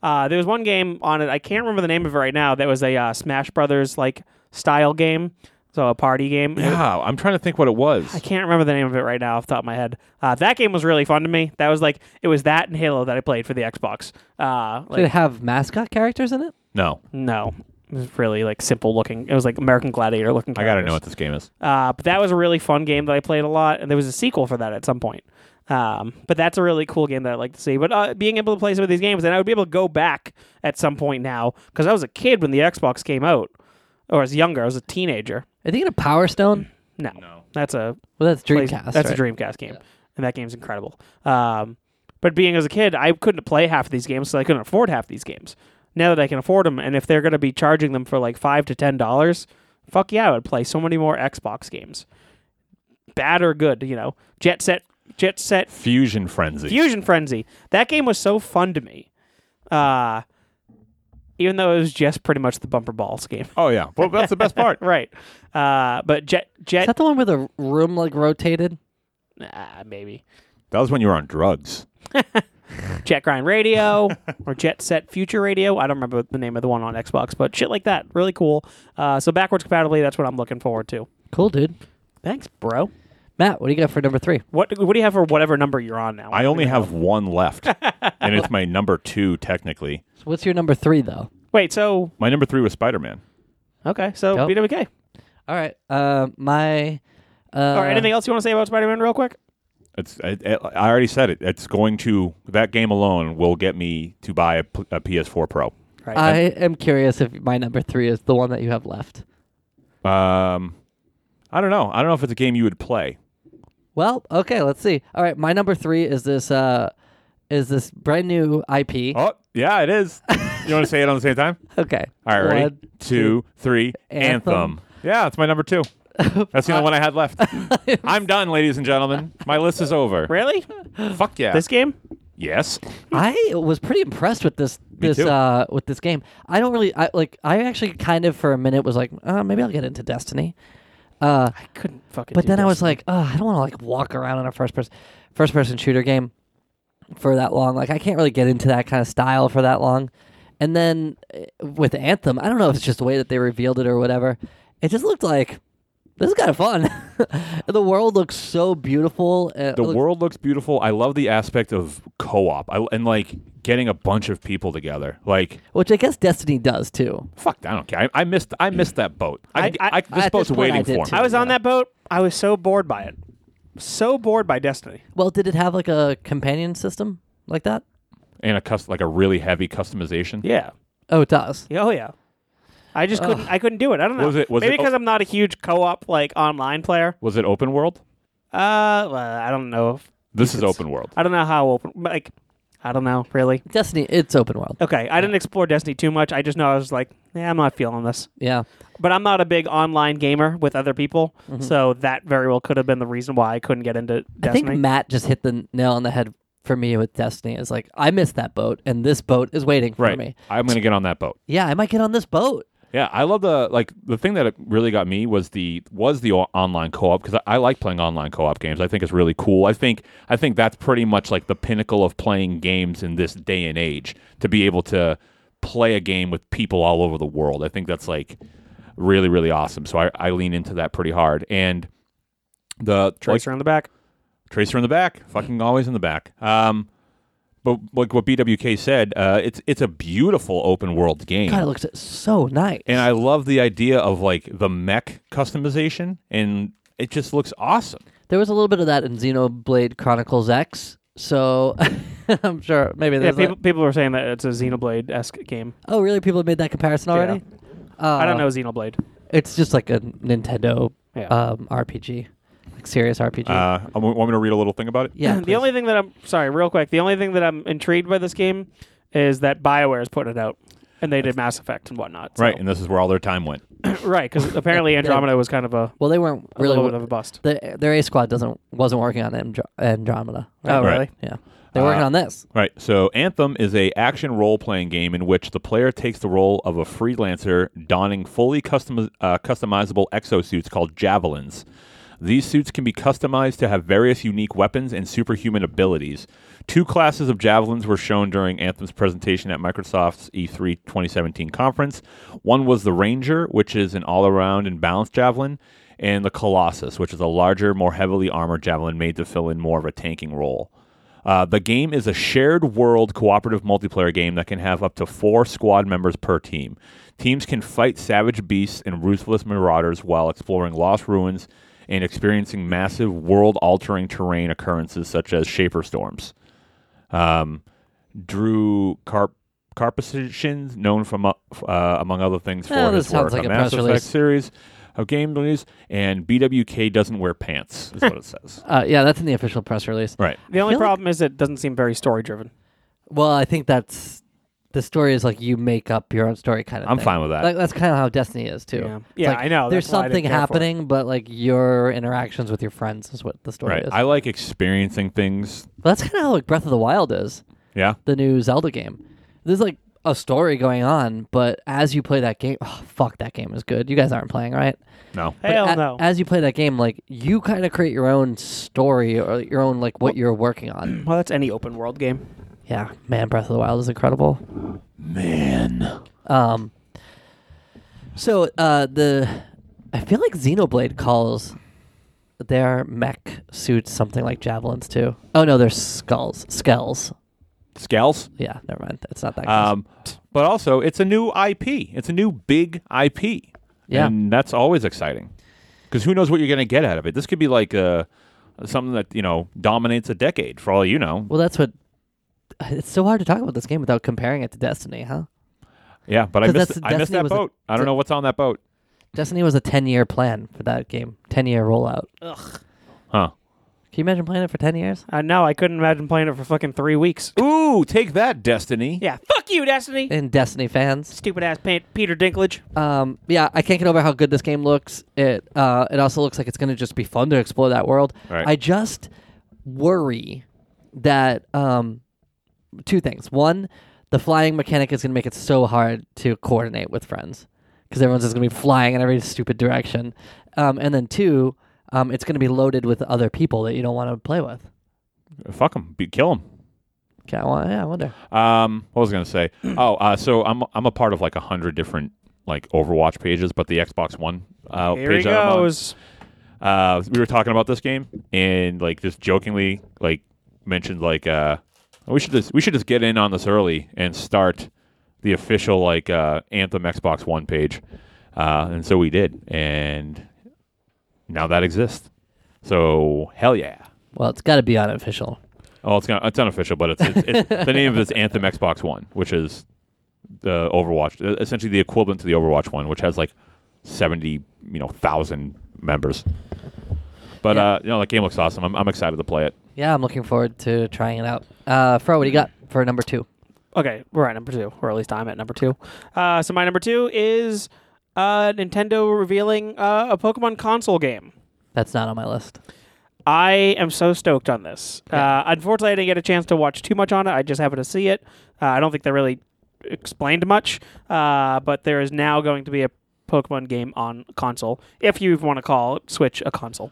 D: Uh, there was one game on it. I can't remember the name of it right now. That was a uh, Smash Brothers like style game, so a party game.
B: Yeah, I'm trying to think what it was.
D: I can't remember the name of it right now off the top of my head. Uh, that game was really fun to me. That was like it was that and Halo that I played for the Xbox. Uh,
C: Did it
D: like
C: have mascot characters in it?
B: No,
D: no, it was really like simple looking. It was like American Gladiator looking.
B: I gotta
D: characters.
B: know what this game is.
D: Uh, but that was a really fun game that I played a lot, and there was a sequel for that at some point. Um, but that's a really cool game that I like to see. But uh, being able to play some of these games, and I would be able to go back at some point now because I was a kid when the Xbox came out, or I was younger. I was a teenager.
C: Are they thinking of Power Stone?
D: No, that's a
C: Well, that's
D: play-
C: Dreamcast.
D: that's
C: right?
D: a Dreamcast game, and that game's incredible. Um, but being as a kid, I couldn't play half of these games, so I couldn't afford half these games. Now that I can afford them, and if they're going to be charging them for like five to ten dollars, fuck yeah, I would play so many more Xbox games, bad or good. You know, Jet Set, Jet Set
B: Fusion Frenzy.
D: Fusion Frenzy. That game was so fun to me. Uh, even though it was just pretty much the bumper balls game,
B: oh yeah, well that's the best part.
D: right? Uh, but Jet
C: Is
D: Jet,
C: that the one where the room like rotated?
D: ah, maybe.
B: That was when you were on drugs.
D: Jet Grind Radio or Jet Set Future Radio. I don't remember the name of the one on Xbox, but shit like that. Really cool. Uh, so backwards compatibility, that's what I'm looking forward to.
C: Cool, dude.
D: Thanks, bro.
C: Matt, what do you got for number three?
D: What what do you have for whatever number you're on now?
B: I only have one left, and it's my number two technically.
C: So what's your number three though?
D: Wait, so
B: My number three was Spider Man.
D: okay, so
C: Yep.
D: BWK.
C: All right. Uh, my. Uh,
D: or anything else you want to say about Spider-Man real quick?
B: It's I, I I already said it. It's going to that game alone will get me to buy a, p- a PS4 Pro.
D: Uh,
C: I am curious if my number three is the one that you have left.
B: Um, I don't know. I don't know if it's a game you would play.
C: Well, okay, let's see. All right, my number three is this. Uh, is this brand new IP?
B: Oh yeah, it is. you want to say it on the same time?
C: Okay.
B: All right, ready?
C: One,
B: two, three. Anthem.
C: Anthem.
B: Yeah, that's my number two. That's the only one I had left. I'm done, ladies and gentlemen. My list is over.
D: Really?
B: Fuck yeah.
D: This game?
B: yes.
C: I was pretty impressed with this this
B: too.
C: uh with this game. I don't really I like I actually kind of for a minute was like, uh, maybe I'll get into Destiny. Uh
D: I couldn't fucking.
C: but
D: do
C: then I
D: this.
C: was like, oh, I don't want to like walk around in a first person first person shooter game for that long. Like I can't really get into that kind of style for that long. And then eh, with Anthem, I don't know if it's just the way that they revealed it or whatever. It just looked like this is kind of fun. the world looks so beautiful. eh, and it
B: The
C: looks-
B: world looks beautiful. I love the aspect of co-op I, and like getting a bunch of people together. Like,
C: which I guess Destiny does too.
B: fuck, I don't care. I, I missed. I missed that boat. I,
D: I- I-
B: this
C: at
B: boat's
C: this point, I
B: waiting
C: did
B: for
C: too.
B: me.
D: I was on
C: Yeah.
D: that boat. I was so bored by it. So bored by Destiny.
C: Well, did it have like a companion system like that?
B: And a cus- like a really heavy customization.
D: Yeah.
C: Oh, it does.
D: Yeah, Oh yeah. I just couldn't. I couldn't do it. I don't know.
B: Was it- was
D: Maybe
B: it-
D: because I'm not a huge co-op like online player.
B: Was it open world?
D: Uh, well, I don't know. If,
B: This is open world.
D: I don't know how open. but, Like, I don't know really.
C: Destiny, it's open world.
D: Okay, I didn't explore Destiny too much. I just know I was like, yeah, I'm not feeling this.
C: Yeah.
D: But I'm not a big online gamer with other people, so that very well could have been the reason why I couldn't get into
C: Mm-hmm. I think
D: Destiny.
C: Matt just hit the nail on the head for me with Destiny. Is like, I missed that boat, and this boat is waiting for
B: Right.
C: me.
B: I'm gonna get on that boat.
C: Yeah, I might get on this boat.
B: Yeah, I love the like the thing that it really got me was the was the o- online co-op because I, I like playing online co-op games. I think it's really cool. I think I think that's pretty much like the pinnacle of playing games in this day and age to be able to play a game with people all over the world. I think that's like really really awesome. So I, I lean into that pretty hard and the like,
D: Tracer in the back.
B: Tracer in the back, fucking always in the back. Um, but like what BWK said, uh, it's it's a beautiful open world game.
C: God, it looks so nice.
B: And I love the idea of like the mech customization, and it just looks awesome.
C: there was a little bit of that in Xenoblade Chronicles X, so I'm sure maybe
D: Yeah,
C: there's.
D: people,
C: like,
D: people were saying that it's a Xenoblade esque game.
C: oh, really? People have made that comparison already? Uh,
D: I don't know Xenoblade.
C: It's just like a Nintendo
D: Yeah.
C: um, RPG. like serious RPG.
B: Uh, I want want me to read a little thing about it?
C: yeah,
D: the only thing that I'm sorry, real quick. The only thing that I'm intrigued by this game is that Bioware is putting it out, and they did Mass Effect and whatnot. so-
B: Right, and this is where all their time went.
D: right, because apparently Andromeda was kind of a,
C: well, they weren't
D: a
C: really.
D: little bit of a bust.
C: the, their A squad doesn't wasn't working on Andro- Andromeda. Right?
D: Oh,
B: Right.
D: really?
C: Yeah, they're working
B: Uh,
C: on this.
B: Right. So Anthem is a action role playing game in which the player takes the role of a freelancer donning fully custom uh, customizable exosuits called javelins. These suits can be customized to have various unique weapons and superhuman abilities. Two classes of javelins were shown during Anthem's presentation at Microsoft's E E3 2017 conference. One was the Ranger, which is an all around and balanced javelin, and the Colossus, which is a larger, more heavily armored javelin made to fill in more of a tanking role. Uh, the game is a shared world cooperative multiplayer game that can have up to four squad members per team. Teams can fight savage beasts and ruthless marauders while exploring lost ruins and experiencing massive world altering terrain occurrences such as shaper storms. Um, Drew Carp. Carpetitions, known from uh, f- uh, among other things for
C: Oh, this
B: his work
C: sounds like
B: on
C: a
B: Mass
C: press
B: Effect
C: release.
B: series of game news, and BWK doesn't wear pants. Is what it says.
C: Uh, yeah, that's in the official press release.
B: Right.
D: The only
C: feel like-
D: problem is it doesn't seem very story driven.
C: Well, I think that's the story is like you make up your own story kind of.
B: I'm
C: thing.
B: fine with that.
C: Like, that's kind of how Destiny is too.
D: Yeah.
C: It's
D: Yeah,
C: like
D: I know.
C: There's
D: That's why I didn't
C: something
D: care for it.
C: happening, but like your interactions with your friends is what the story
B: Right.
C: is.
B: I like experiencing things.
C: But that's kind of how like Breath of the Wild is,
B: Yeah.
C: the new Zelda game. There's like a story going on, but as you play that game, oh, fuck, that game is good. You guys aren't playing, right?
B: No.
C: But
D: Hell
C: a-
D: no.
C: As you play that game, like you kind of create your own story or your own like what you're working on.
D: Well, that's any open world game.
C: Yeah, man, Breath of the Wild is incredible.
B: Man.
C: Um, so uh, the I feel like Xenoblade calls their mech suits something like javelins too. Oh no, they're skulls, skulls.
B: Scales.
C: Yeah, never mind. It's not that. close.
B: Um, but also, it's a new IP. It's a new big IP.
C: Yeah.
B: And that's always exciting because who knows what you're going to get out of it. This could be like uh, something that, you know, dominates a decade for all you know.
C: well, that's what. It's so hard to talk about this game without comparing it to Destiny, huh?
B: Yeah. But I
C: 'Cause
B: missed,
C: that's-
B: I missed
C: Destiny
B: that
C: was a-
B: boat. I I don't know what's on that boat.
C: Destiny was a ten-year plan for that game, ten-year rollout.
B: Huh.
C: Can you imagine playing it for ten years?
D: I know. Uh, I couldn't imagine playing it for fucking three weeks.
B: Ooh, take that, Destiny.
D: Yeah. Fuck you, Destiny.
C: And Destiny fans,
D: Stupid ass paint Peter Dinklage.
C: Um, yeah, I can't get over how good this game looks. It uh, it also looks like it's going to just be fun to explore that world.
B: Right.
C: I just worry that um, two things. One, the flying mechanic is going to make it so hard to coordinate with friends because everyone's just going to be flying in every stupid direction. Um, and then two, um, it's going to be loaded with other people that you don't want to play with.
B: Fuck them. Be, kill them.
C: Okay, I wa- yeah, I wonder.
B: Um, what was I gonna say? Oh, uh, so I'm I'm a part of like a hundred different like Overwatch pages, but the Xbox One uh,
D: Here he
B: page that I'm on,
D: goes.
B: uh, we were talking about this game and like just jokingly like mentioned like uh, we should just we should just get in on this early and start the official like uh, Anthem Xbox One page, uh, and so we did, and now that exists. So hell yeah.
C: Well, it's got to be unofficial.
B: Oh, it's gonna, it's unofficial, but it's, it's, it's the name of it's Anthem Xbox One, which is the Overwatch, uh, essentially the equivalent to the Overwatch one, which has like seventy, you know, thousand members. But
C: Yeah.
B: uh, you know, that game looks awesome. I'm, I'm excited to play it.
C: Yeah, I'm looking forward to trying it out. Uh, Fro, what do you got for number two?
D: Okay, we're at number two, or at least I'm at number two. Uh, so my number two is uh, Nintendo revealing uh, a Pokemon console game.
C: That's not on my list.
D: I am so stoked on this.
C: Yeah.
D: Uh, unfortunately, I didn't get a chance to watch too much on it. I just happened to see it. Uh, I don't think they really explained much, uh, but there is now going to be a Pokemon game on console, if you want to call Switch a console.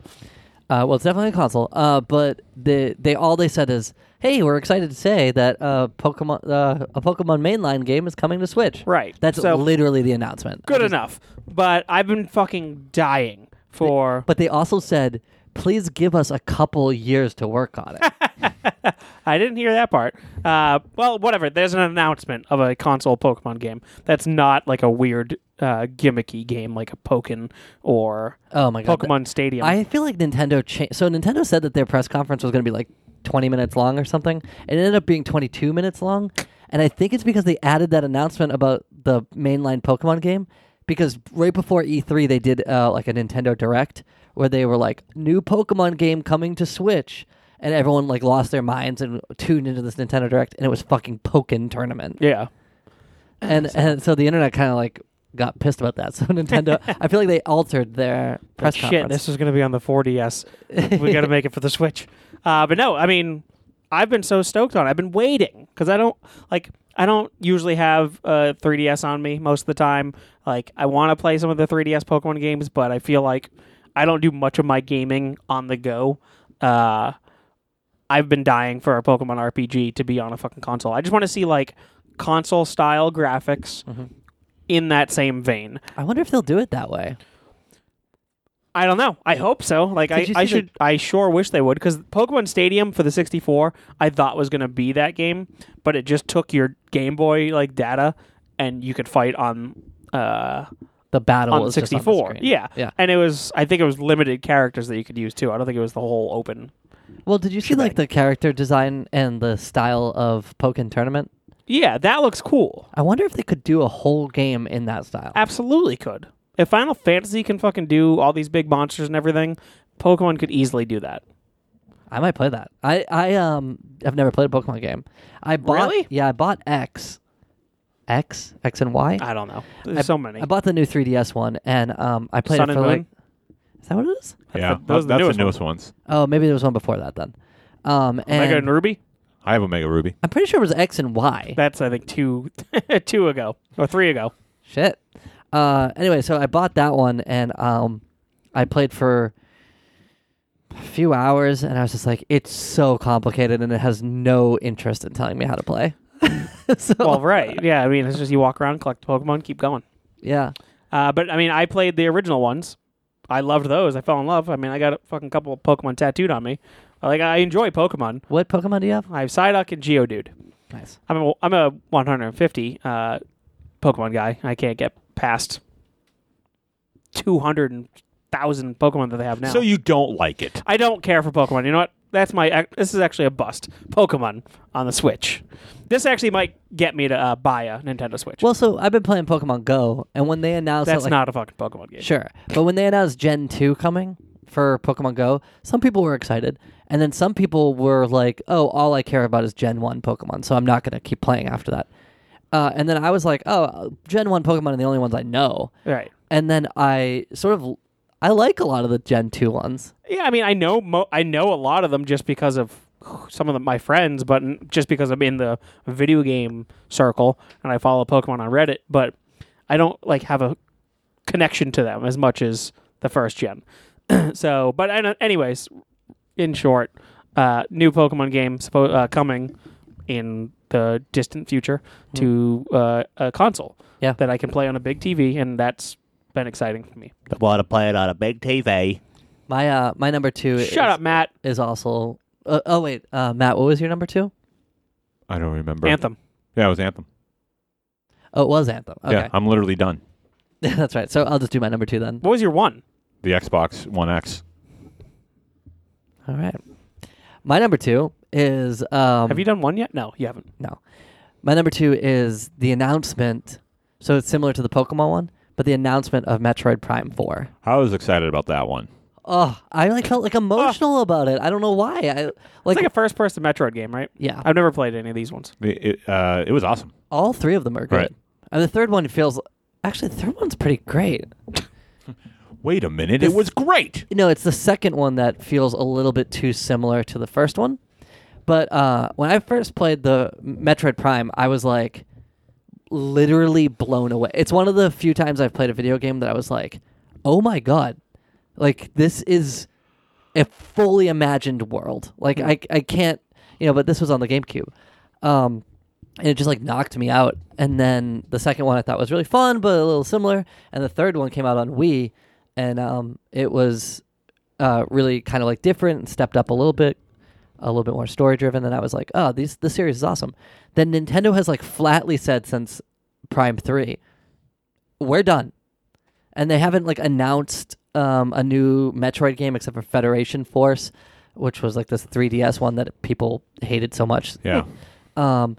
C: Uh, well, it's definitely a console. Uh, but the they all they said is, "Hey, we're excited to say that uh, Pokemon uh, a Pokemon mainline game is coming to Switch."
D: Right.
C: That's
D: So-
C: literally the announcement. I
D: Good
C: just-
D: enough. But I've been fucking dying for.
C: But they also said, "Please give us a couple years to work on it."
D: I didn't hear that part. Uh, well, whatever. There's an announcement of a console Pokemon game that's not like a weird uh, gimmicky game like a Pokin or
C: oh my god.
D: Pokemon Stadium.
C: I feel like Nintendo changed. So Nintendo said that their press conference was going to be like 20 minutes long or something. It ended up being 22 minutes long, and I think it's because they added that announcement about the E mainline Pokemon game. Because right before E3, they did uh, like a Nintendo Direct where they were like, new Pokemon game coming to Switch. And everyone like lost their minds and tuned into this Nintendo Direct, and it was fucking Pokken tournament.
D: Yeah.
C: And and so the internet kind of like got pissed about that. So Nintendo, I feel like they altered their press
D: Shit,
C: conference.
D: this is going to be on the 4DS. we got to make it for the Switch. Uh, but no, I mean, I've been so stoked on. it. I've been waiting because I don't like. I don't usually have uh, 3DS on me most of the time. Like, I want to play some of the 3DS Pokemon games, but I feel like I don't do much of my gaming on the go. Uh, I've been dying for a Pokemon RPG to be on a fucking console. I just want to see like console style graphics
C: Mm-hmm.
D: in that same vein.
C: I wonder if they'll do it that way.
D: I don't know. I hope so. Like I,
C: Did you
D: I
C: see the-
D: should I sure wish they would because Pokemon Stadium for the 64 I thought was gonna be that game, but it just took your Game Boy like data and you could fight on uh
C: The battle
D: on
C: Oh, was just on the
D: 64.
C: screen.
D: yeah,
C: yeah.
D: And it was I think it was limited characters that you could use too. I don't think it was the whole open.
C: Well, did you see like the character design and the style of Pokken tournament?
D: Yeah, that looks cool.
C: I wonder if they could do a whole game in that style.
D: Absolutely could. If Final Fantasy can fucking do all these big monsters and everything, Pokemon could easily do that.
C: I might play that. I I um have never played a Pokemon game. I bought
D: Really?
C: yeah I bought X, X X and Y.
D: I don't know. Uh, There's so many.
C: I bought the new 3DS one and um I played
D: Sun
C: it
D: and
C: for like
D: Moon.
C: is that what it is?
B: yeah,
D: the- those are the
B: that's
D: newest
B: the newest ones.
C: Oh maybe there was one before that then. Um and
D: Mega and Ruby.
B: I have Omega Ruby.
C: I'm pretty sure it was X and Y.
D: That's I think two two ago or three ago.
C: Shit. Uh, anyway, so I bought that one and um, I played for a few hours, and I was just like, it's so complicated, and it has no interest in telling me how to play. so
D: Well, right. Yeah, I mean, it's just you walk around, collect Pokemon, keep going.
C: yeah,
D: Uh, but I mean, I played the original ones. I loved those. I fell in love. I mean, I got a fucking couple of Pokemon tattooed on me. Like I enjoy Pokemon.
C: what Pokemon do you have?
D: I have Psyduck and Geodude.
C: Nice.
D: I'm a, I'm a 150 uh, Pokemon guy. I can't get past 200,000 Pokemon that they have now.
B: So you don't like it?
D: I don't care for Pokemon. You know what? That's my. ac- This is actually a bust. Pokemon on the Switch. This actually might get me to uh, buy a Nintendo Switch.
C: Well, so I've been playing Pokemon Go, and when they announced that,
D: That's
C: like,
D: not a fucking Pokemon game.
C: Sure. But when they announced Gen 2 coming for Pokemon Go, some people were excited. And then some people were like, oh, all I care about is Gen 1 Pokemon, so I'm not going to keep playing after that. Uh, and then I was like, oh, Gen 1 Pokemon are the only ones I know.
D: Right.
C: And then I sort of. I like a lot of the Gen 2 ones.
D: Yeah, I mean, I know mo- I know a lot of them just because of some of the, my friends, but n- just because I'm in the video game circle and I follow Pokemon on Reddit, but I don't like have a connection to them as much as the first gen. so, but I don't- anyways, in short, uh, new Pokemon game suppo- uh, coming in the distant future to uh, a console
C: Hmm. Yeah.
D: that I can play on a big TV, and that's been exciting for me.
E: want to play it on a big TV.
C: My uh, my number two is,
D: Shut up, Matt.
C: is also. Uh, oh, wait. Uh, Matt, what was your number two?
B: I don't remember.
D: Anthem.
B: Yeah, it was Anthem.
C: Oh, it was Anthem. Okay.
B: Yeah, I'm literally done.
C: That's right. So I'll just do my number two then.
D: What was your one?
B: The Xbox One X.
C: All right. My number two is. Um,
D: Have you done one yet? No, you haven't.
C: No. My number two is the announcement. So it's similar to the Pokemon one, but the announcement of Metroid Prime 4.
B: I was excited about that one.
C: Oh, I like felt like emotional about it. I don't know why. I like,
D: It's like a first person Metroid game, right?
C: yeah.
D: I've never played any of these ones.
B: It it, uh, it was awesome.
C: all three of them are good.
B: Right.
C: And the third one feels actually the third one's pretty great.
B: Wait a minute, it was great.
C: No, it's the second one that feels a little bit too similar to the first one. But uh, when I first played the Metroid Prime, I was like literally blown away. It's one of the few times I've played a video game that I was like, "Oh my god. Like this is a fully imagined world." Like I I can't, you know, but this was on the GameCube. Um and it just like knocked me out. And then the second one I thought was really fun, but a little similar. And the third one came out on Wii, and um, it was uh, really kind of like different and stepped up a little bit, a little bit more story driven. And I was like, oh, these the series is awesome. Then Nintendo has like flatly said since Prime Three, we're done, and they haven't like announced um, a new Metroid game except for Federation Force, which was like this 3DS one that people hated so much.
D: Hmm.
B: Yeah.
C: Um,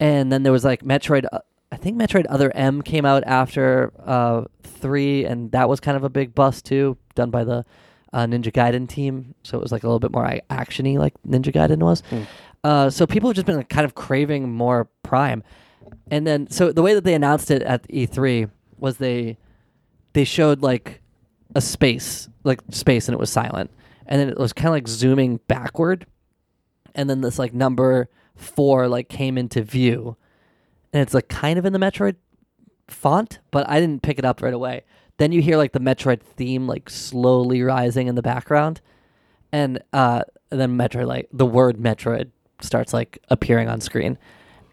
C: and then there was like Metroid. uh, I think Metroid Other M came out after uh, three, and that was kind of a big bust too, done by the uh, Ninja Gaiden team, so it was like a little bit more like, actiony, like Ninja Gaiden was. Uh, so people have just been like, kind of craving more Prime, and then so the way that they announced it at E3 was they they showed like a space, like space, and it was silent, and then it was kind of like zooming backward, and then this like number four like came into view, and it's like kind of in the Metroid font, but I didn't pick it up right away. Then you hear like the Metroid theme like slowly rising in the background, and uh, and then Metroid like the word Metroid starts like appearing on screen,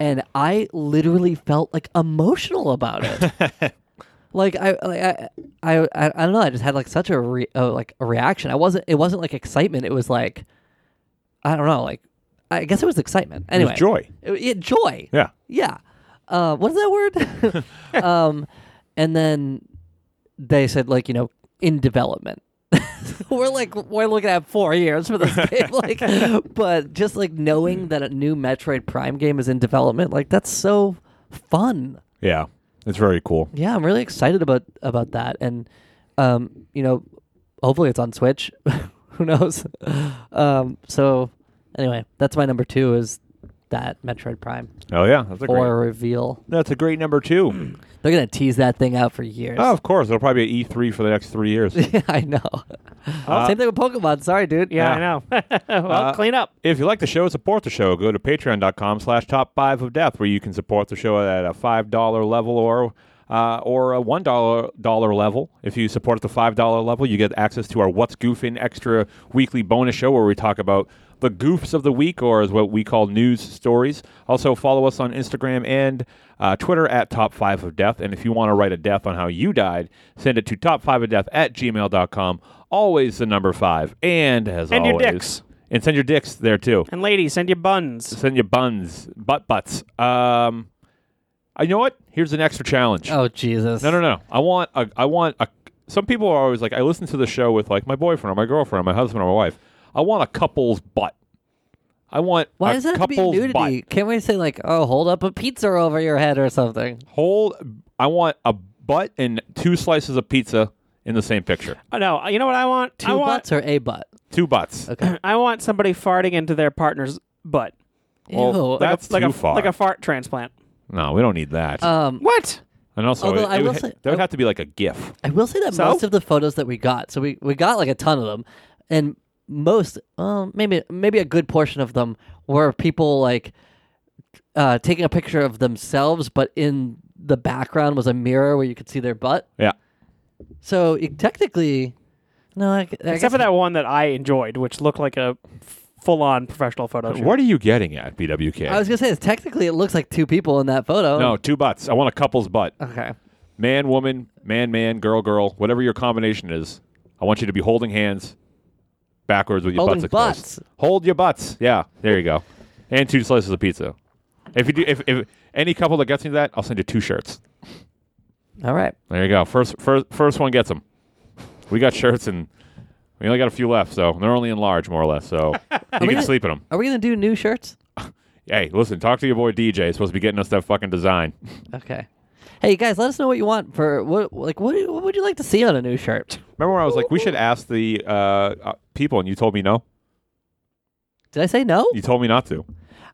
C: and I literally felt like emotional about it. like I like I, I I I don't know. I just had like such a re- uh, like a reaction. I wasn't. It wasn't like excitement. It was like I don't know. Like I guess it was excitement. Anyway,
B: joy.
C: It- it- joy.
B: Yeah.
C: Yeah. Uh, what is that word? um, and then they said, like, you know, in development. we're like, we're looking at four years for this game. Like, but just like knowing that a new Metroid Prime game is in development, like, that's so fun.
B: Yeah. It's very cool.
C: Yeah, I'm really excited about about that, and um, you know, hopefully it's on Switch. Who knows? Um, so anyway, that's my number two is that Metroid Prime
B: Oh yeah. That's a
C: or
B: great.
C: reveal.
B: That's a great number two.
C: They're gonna tease that thing out for years.
B: Oh, of course. It'll probably be at E3 for the next three years.
C: Yeah, I know. Same thing with Pokemon. Sorry, dude.
D: Yeah, I know. well,
B: Uh,
D: clean up.
B: If you like the show, support the show. Go to patreon.com slash top five of death, where you can support the show at a $5 level or uh, or a $1 dollar level. If you support at the $5 level, you get access to our What's Goofing extra weekly bonus show where we talk about the goofs of the week, or is what we call news stories. Also, follow us on Instagram and uh, Twitter at Top 5 of Death. And if you want to write a death on how you died, send it to top5ofdeath at gmail.com. Always the number five. And as
D: And your
B: always,
D: dicks.
B: and send your dicks there too.
D: And ladies, send your buns.
B: Send your buns, butt butts. Um, I you know what. Here's an extra challenge.
C: Oh Jesus.
B: No, no, no. I want a. I want a. Some people are always like, I listen to the show with like my boyfriend or my girlfriend or my husband or my wife. I want a couple's butt. I want
C: Why
B: a
C: does that have to be
B: couple's
C: nudity?
B: butt.
C: Can't we say like, oh, hold up a pizza over your head or something?
B: Hold. I want a butt and two slices of pizza in the same picture.
D: Oh, no, you know what I want?
C: Two
D: I want
C: butts or a butt?
B: Two butts.
C: Okay.
D: I want somebody farting into their partner's butt.
B: Well,
C: Ew.
B: that- That's
D: like
B: too
D: a
B: far.
D: like a fart transplant.
B: No, we don't need that.
C: um,
D: What?
B: and also,
C: although
B: it,
C: I
B: it
C: will
B: would, ha-
C: say-
B: there would have to be like a GIF.
C: I will say that
D: So?
C: most of the photos that we got, so we, we got like a ton of them, and most, well, maybe maybe a good portion of them were people like uh, taking a picture of themselves, but in the background was a mirror where you could see their butt.
B: Yeah.
C: So it technically, no, I, I guess-
D: Except for that one that I enjoyed, which looked like a full on professional photo shoot.
B: What are you getting at, BWK?
C: I was gonna say it's technically it looks like two people in that photo.
B: No, two butts. I want a couple's butt.
C: Oh. Okay.
B: Man, woman, man, man, girl, girl, whatever your combination is. I want you to be holding hands backwards with your
C: Holding
B: butts exposed.
C: butts.
B: Hold your butts. Yeah, there you go. And two slices of pizza. If you do, if, if any couple that gets into that, I'll send you two shirts.
C: All right.
B: There you go. First, first, first one gets them. We got shirts and we only got a few left, so they're only in large, more or less. So you
C: we
B: can
C: gonna-
B: sleep in them.
C: Are we gonna do new shirts?
B: Hey, listen, talk to your boy DJ. He's supposed to be getting us that fucking design.
C: Okay. Hey, you guys, let us know what you want for what like what, do- what would you like to see on a new shirt?
B: Remember when I was like, we should ask the uh, uh, people, and you told me no.
C: Did I say no?
B: You told me not to.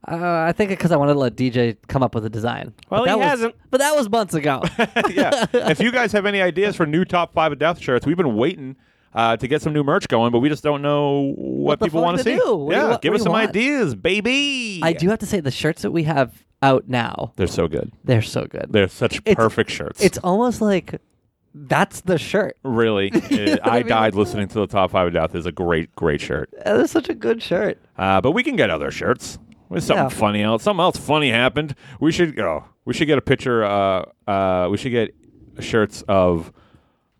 C: Uh, I think because I wanted to let DJ come up with a design.
D: Well,
C: that
D: he
C: was-
D: hasn't.
C: But that was months ago.
B: yeah. If you guys have any ideas for new top five of death shirts, we've been waiting uh, to get some new merch going, but we just don't know what,
C: the
B: people
C: fuck
B: want to
C: to
B: see.
C: do? What do you
B: yeah,
C: wa-
B: give
C: what
B: us
C: do you
B: some
C: want?
B: ideas, baby.
C: I do have to say the shirts that we have out now,
B: They're so good.
C: they're so good.
B: They're such
C: It's-
B: perfect shirts.
C: it's almost like that's the shirt.
B: really. uh, I died listening to the top five of death is a great, great shirt.
C: Uh, That's such a good shirt.
B: Uh, but we can get other shirts. There's something
C: Yeah.
B: funny else. Something else funny happened. We should oh, we should get a picture. Uh, uh, we should get shirts of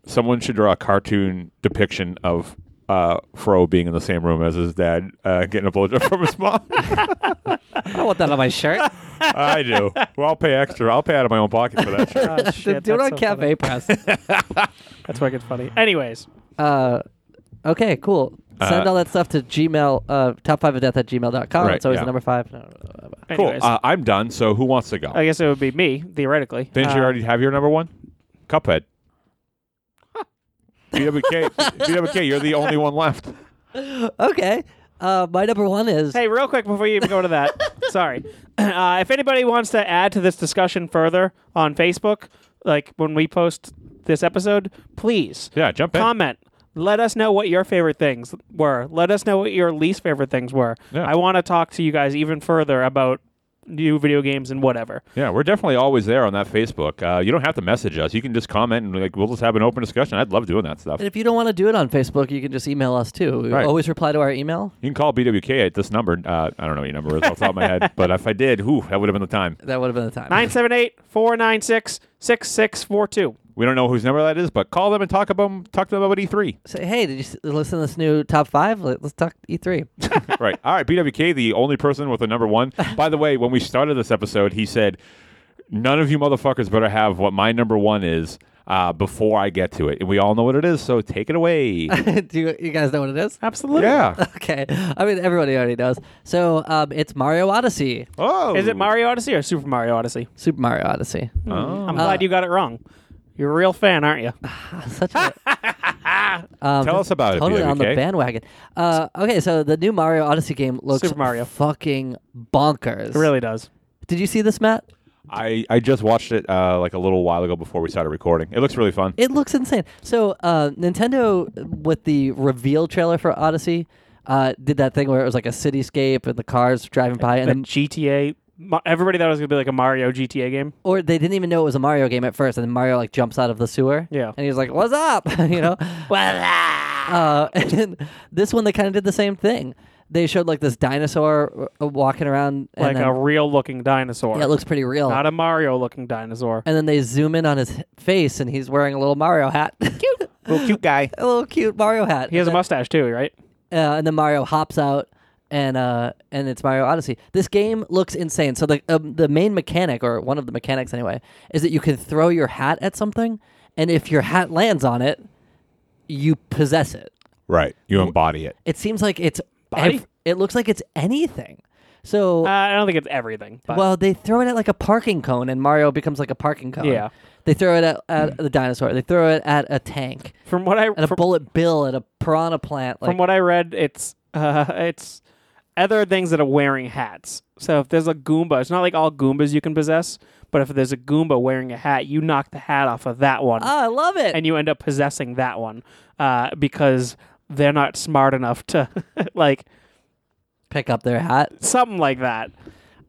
B: someone should draw a cartoon depiction of uh, Fro being in the same room as his dad uh, getting a blowjob from his mom.
C: I don't want that on my shirt.
B: I do. Well, I'll pay extra. I'll pay out of my own pocket for that shirt.
D: Oh,
C: Do
D: shit,
C: it on
D: that's so
C: Cafe
D: funny.
C: Press.
D: That's where it gets funny. Anyways,
C: Uh, okay, cool. Send
B: Uh,
C: all that stuff to Gmail, uh, top five of death at gmail.com.
B: Right,
C: it's always
B: yeah.
C: the number five. No, no, no, no.
B: cool.
D: anyways, Uh,
B: Uh, I'm done. So who wants to go?
D: I guess it would be me theoretically.
B: Didn't you
D: Uh,
B: already have your number one? Cuphead. BWK, BWK, you're the only one left.
C: Okay. Uh, my number one is
D: Hey, real quick before you even go to that, sorry. Uh, if anybody wants to add to this discussion further on Facebook, like when we post this episode, please
B: Yeah, jump in.
D: comment. Let us know what your favorite things were. Let us know what your least favorite things were.
B: Yeah.
D: I want to talk to you guys even further about new video games and whatever.
B: Yeah, we're definitely always there on that Facebook. Uh, you don't have to message us. You can just comment and like we'll just have an open discussion. I'd love doing that stuff.
C: And if you don't want to do it on Facebook, you can just email us too. We
B: Right.
C: Always reply to our email.
B: You can call BWK at this number. Uh, I don't know what your number is off the top of my head, but if I did, whew, that would have been the time.
C: That would have been the time.
D: 978 496 6642.
B: We don't know whose number that is, but call them and talk about talk to them about E E3.
C: Say, hey, did you s- listen to this new top five? Let- Let's talk E E3.
B: right. All right. BWK, the only person with a number one. By the way, when we started this episode, he said, "None of you motherfuckers better have what my number one is uh, before I get to it." And we all know what it is, so take it away.
C: do you, you guys know what it is?
D: Absolutely.
B: yeah.
C: Okay. I mean, everybody already knows. So um, it's Mario Odyssey,
B: Oh.
D: Is it Mario Odyssey or Super Mario Odyssey?
C: Super Mario Odyssey.
D: I'm
B: Uh,
D: glad you got it wrong. You're a real fan, aren't you?
C: Such a Um,
B: Tell us about it,
C: totally on the
B: BWK.
C: bandwagon. Uh, okay, so the new Mario Odyssey game looks
D: Super Mario.
C: fucking bonkers.
D: It really does.
C: Did you see this, Matt?
B: I I just watched it uh, like a little while ago before we started recording. It looks really fun.
C: It looks insane. So uh, Nintendo, with the reveal trailer for Odyssey, uh, did that thing where it was like a cityscape and the cars driving by, and
D: The
C: then,
D: GTA. Ma- Everybody thought it was gonna be like a Mario GTA game.
C: or they didn't even know it was a Mario game at first, and then Mario like jumps out of the sewer.
D: Yeah.
C: and he's like, "What's up?" you know. uh, and then this one, they kind of did the same thing. They showed like this dinosaur uh, walking around, and
D: Like
C: then-
D: a real looking dinosaur.
C: yeah, it looks pretty real.
D: Not a Mario looking dinosaur.
C: and then they zoom in on his h- face, and he's wearing a little Mario hat. Cute.
E: Little cute guy.
C: a little cute Mario hat.
D: He has a
C: And
D: mustache too, right?
C: uh, and then Mario hops out and uh and it's Mario Odyssey. This game looks insane. So the um, the main mechanic or one of the mechanics anyway is that you can throw your hat at something and if your hat lands on it, you possess it.
B: Right. You embody it.
C: It seems like it's
D: Body?
C: it looks like it's anything. So
D: Uh, I don't think it's everything. But
C: well, they throw it at like a parking cone, and Mario becomes like a parking cone.
D: Yeah.
C: They throw it at, at the dinosaur. They throw it at a tank,
D: from what I
C: at a
D: from,
C: bullet bill, at a piranha plant. Like,
D: from what I read, it's uh, it's other things that are wearing hats. So if there's a Goomba, it's not like all Goombas you can possess, but if there's a Goomba wearing a hat, you knock the hat off of that one.
C: Ah, I love it.
D: and you end up possessing that one uh, because they're not smart enough to like
C: Pick up their hat.
D: something like that.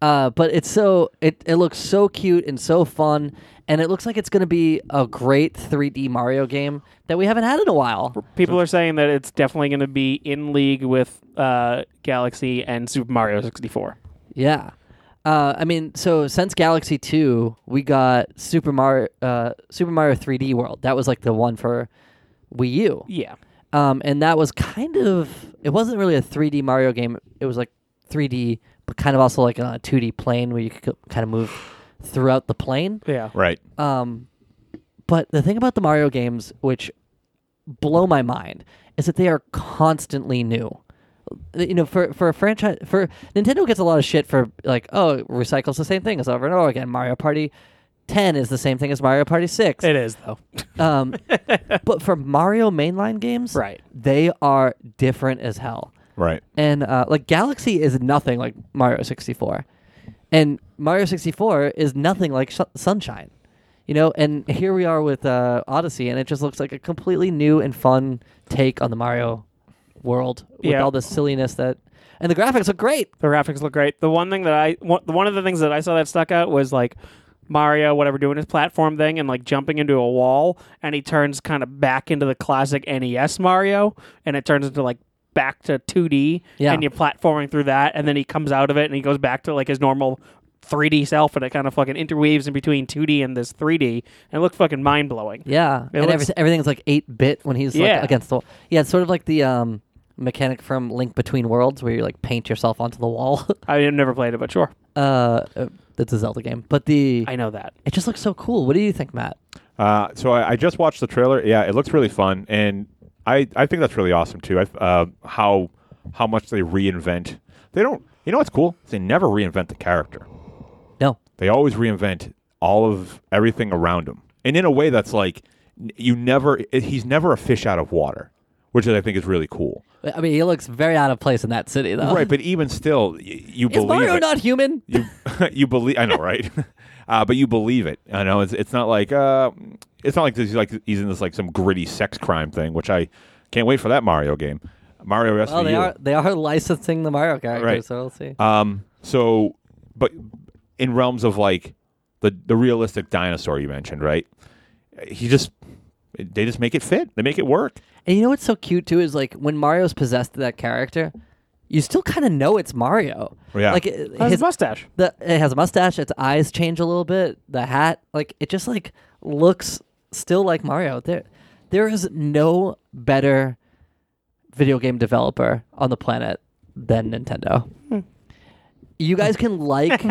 C: Uh, but it's so it, it looks so cute and so fun, and it looks like it's going to be a great 3D Mario game that we haven't had in a while.
D: People are saying that it's definitely going to be in league with uh, Galaxy and Super Mario 64.
C: Yeah, uh, I mean, so since Galaxy Two, we got Super Mario uh, Super Mario 3D World. That was like the one for Wii U,
D: Yeah.
C: um, and that was kind of it wasn't really a 3D Mario game. It was like 3D, but kind of also like on a 2D plane where you could kind of move throughout the plane.
D: Yeah.
B: Right.
C: Um, but the thing about the Mario games, which blow my mind, is that they are constantly new. Uh, You know, for for a franchise, for Nintendo gets a lot of shit for like, oh, it recycles the same thing as over and over again. Mario Party Ten is the same thing as Mario Party Six.
D: It is though.
C: Um, but for Mario mainline games,
D: Right.
C: they are different as hell
B: Right.
C: and uh, like Galaxy is nothing like Mario 64, and Mario 64 is nothing like Sh- Sunshine, you know. And here we are with uh, Odyssey, and it just looks like a completely new and fun take on the Mario world with
D: Yeah.
C: all the silliness that, and the graphics look great.
D: The graphics look great. The one thing that I one one of the things that I saw that stuck out was like Mario, whatever, doing his platform thing and like jumping into a wall, and he turns kind of back into the classic NES Mario, and it turns into like back to 2D,
C: Yeah.
D: and you're platforming through that, and then he comes out of it and he goes back to like his normal 3D self, and it kind of fucking interweaves in between 2D and this 3D, and it looked fucking mind blowing.
C: Yeah,
D: It
C: and
D: looks-
C: everyth- everything's like eight bit when he's
D: Yeah.
C: like against the wall. Yeah, it's sort of like the um, mechanic from Link Between Worlds, where you like paint yourself onto the wall.
D: I've never played it, but sure,
C: uh, uh, that's a Zelda game, but the
D: I know that.
C: it just looks so cool. What do you think, Matt?
B: Uh, so I, I just watched the trailer. Yeah, it looks really fun, and I, I think that's really awesome too. I, uh, how how much they reinvent. They don't. You know what's cool? They never reinvent the character.
C: No,
B: They always reinvent all of everything around them, and in a way that's like you never i- he's never a fish out of water, which I think is really cool.
C: I mean, he looks very out of place in that city, though.
B: Right, but even still, y- you
C: Oh. Is
B: believe
C: Mario
B: it.
C: not human?
B: you you believe I know right, uh, but you believe it. I know it's it's not like uh, it's not like this, he's like he's in this like some gritty sex crime thing, which I can't wait for that Mario game. Mario SVU.
C: Well, they are they are licensing the Mario character,
B: Right.
C: so we'll see.
B: Um, so, but in realms of like the the realistic dinosaur you mentioned, right? He just they just make it fit. They make it work.
C: And you know what's so cute too is like when Mario's possessed of that character, you still kind of know it's Mario.
B: Yeah.
C: Like it-
D: How's
C: his
D: his mustache?
C: the it has a mustache. Its eyes change a little bit. The hat, like it just like looks still like Mario. There, there is no better video game developer on the planet than Nintendo. You guys can like,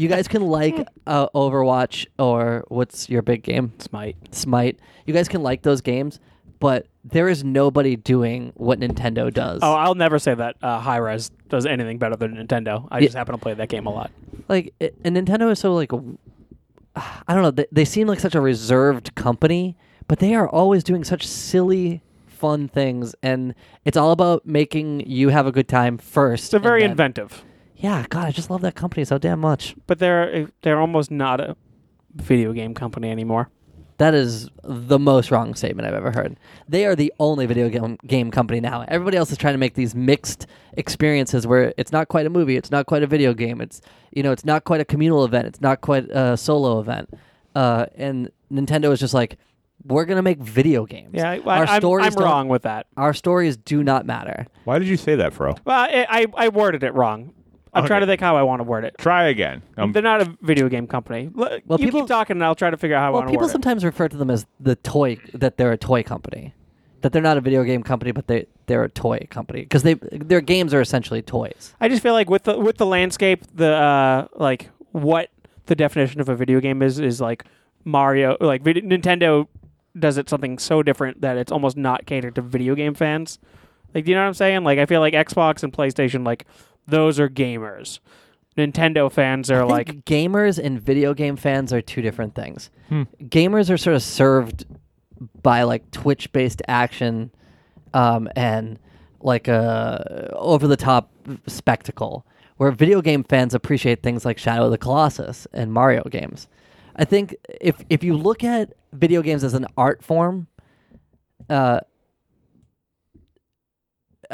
C: you guys can like uh, Overwatch or what's your big game?
D: Smite.
C: Smite. You guys can like those games, but there is nobody doing what Nintendo does.
D: Oh, I'll never say that uh, High Res does anything better than Nintendo. I just happen to play that game a lot.
C: like it, and Nintendo is so like w- I don't know. They, they seem like such a reserved company, but they are always doing such silly, fun things, and it's all about making you have a good time first.
D: It's a
C: and
D: very
C: then-
D: inventive,
C: Yeah, God, I just love that company so damn much.
D: but they're uh, they're almost not a video game company anymore.
C: That is the most wrong statement I've ever heard. They are the only video game, game company now. Everybody else is trying to make these mixed experiences where it's not quite a movie, it's not quite a video game, it's you know, it's not quite a communal event, it's not quite a solo event. Uh, and Nintendo is just like, we're gonna make video games.
D: Yeah, I, I, am I'm
C: don't-
D: wrong with that.
C: Our stories do not matter.
B: Why did you say that, Fro?
D: Well, I, I, I worded it wrong. I'm
B: Okay.
D: trying to think how I want to word it.
B: Try again. Um,
D: They're not a video game company. Well, you
C: Well, people-
D: keep talking, and I'll try to figure out how I
C: Well,
D: want to
C: people
D: word it.
C: sometimes refer to them as the toy that they're a toy company, that they're not a video game company, but they they're a toy company because they their games are essentially toys.
D: I just feel like with the with the landscape, the uh, like what the definition of a video game is is like Mario, like vid- Nintendo does it something so different that it's almost not catered to video game fans. Like, do you know what I'm saying? Like, I feel like Xbox and PlayStation, like those are gamers. Nintendo fans are
C: I
D: like
C: think gamers and video game fans are two different things. Gamers are sort of served by like Twitch based action um, and like a over the top spectacle, where video game fans appreciate things like Shadow of the Colossus and Mario games. I think if if you look at video games as an art form, uh,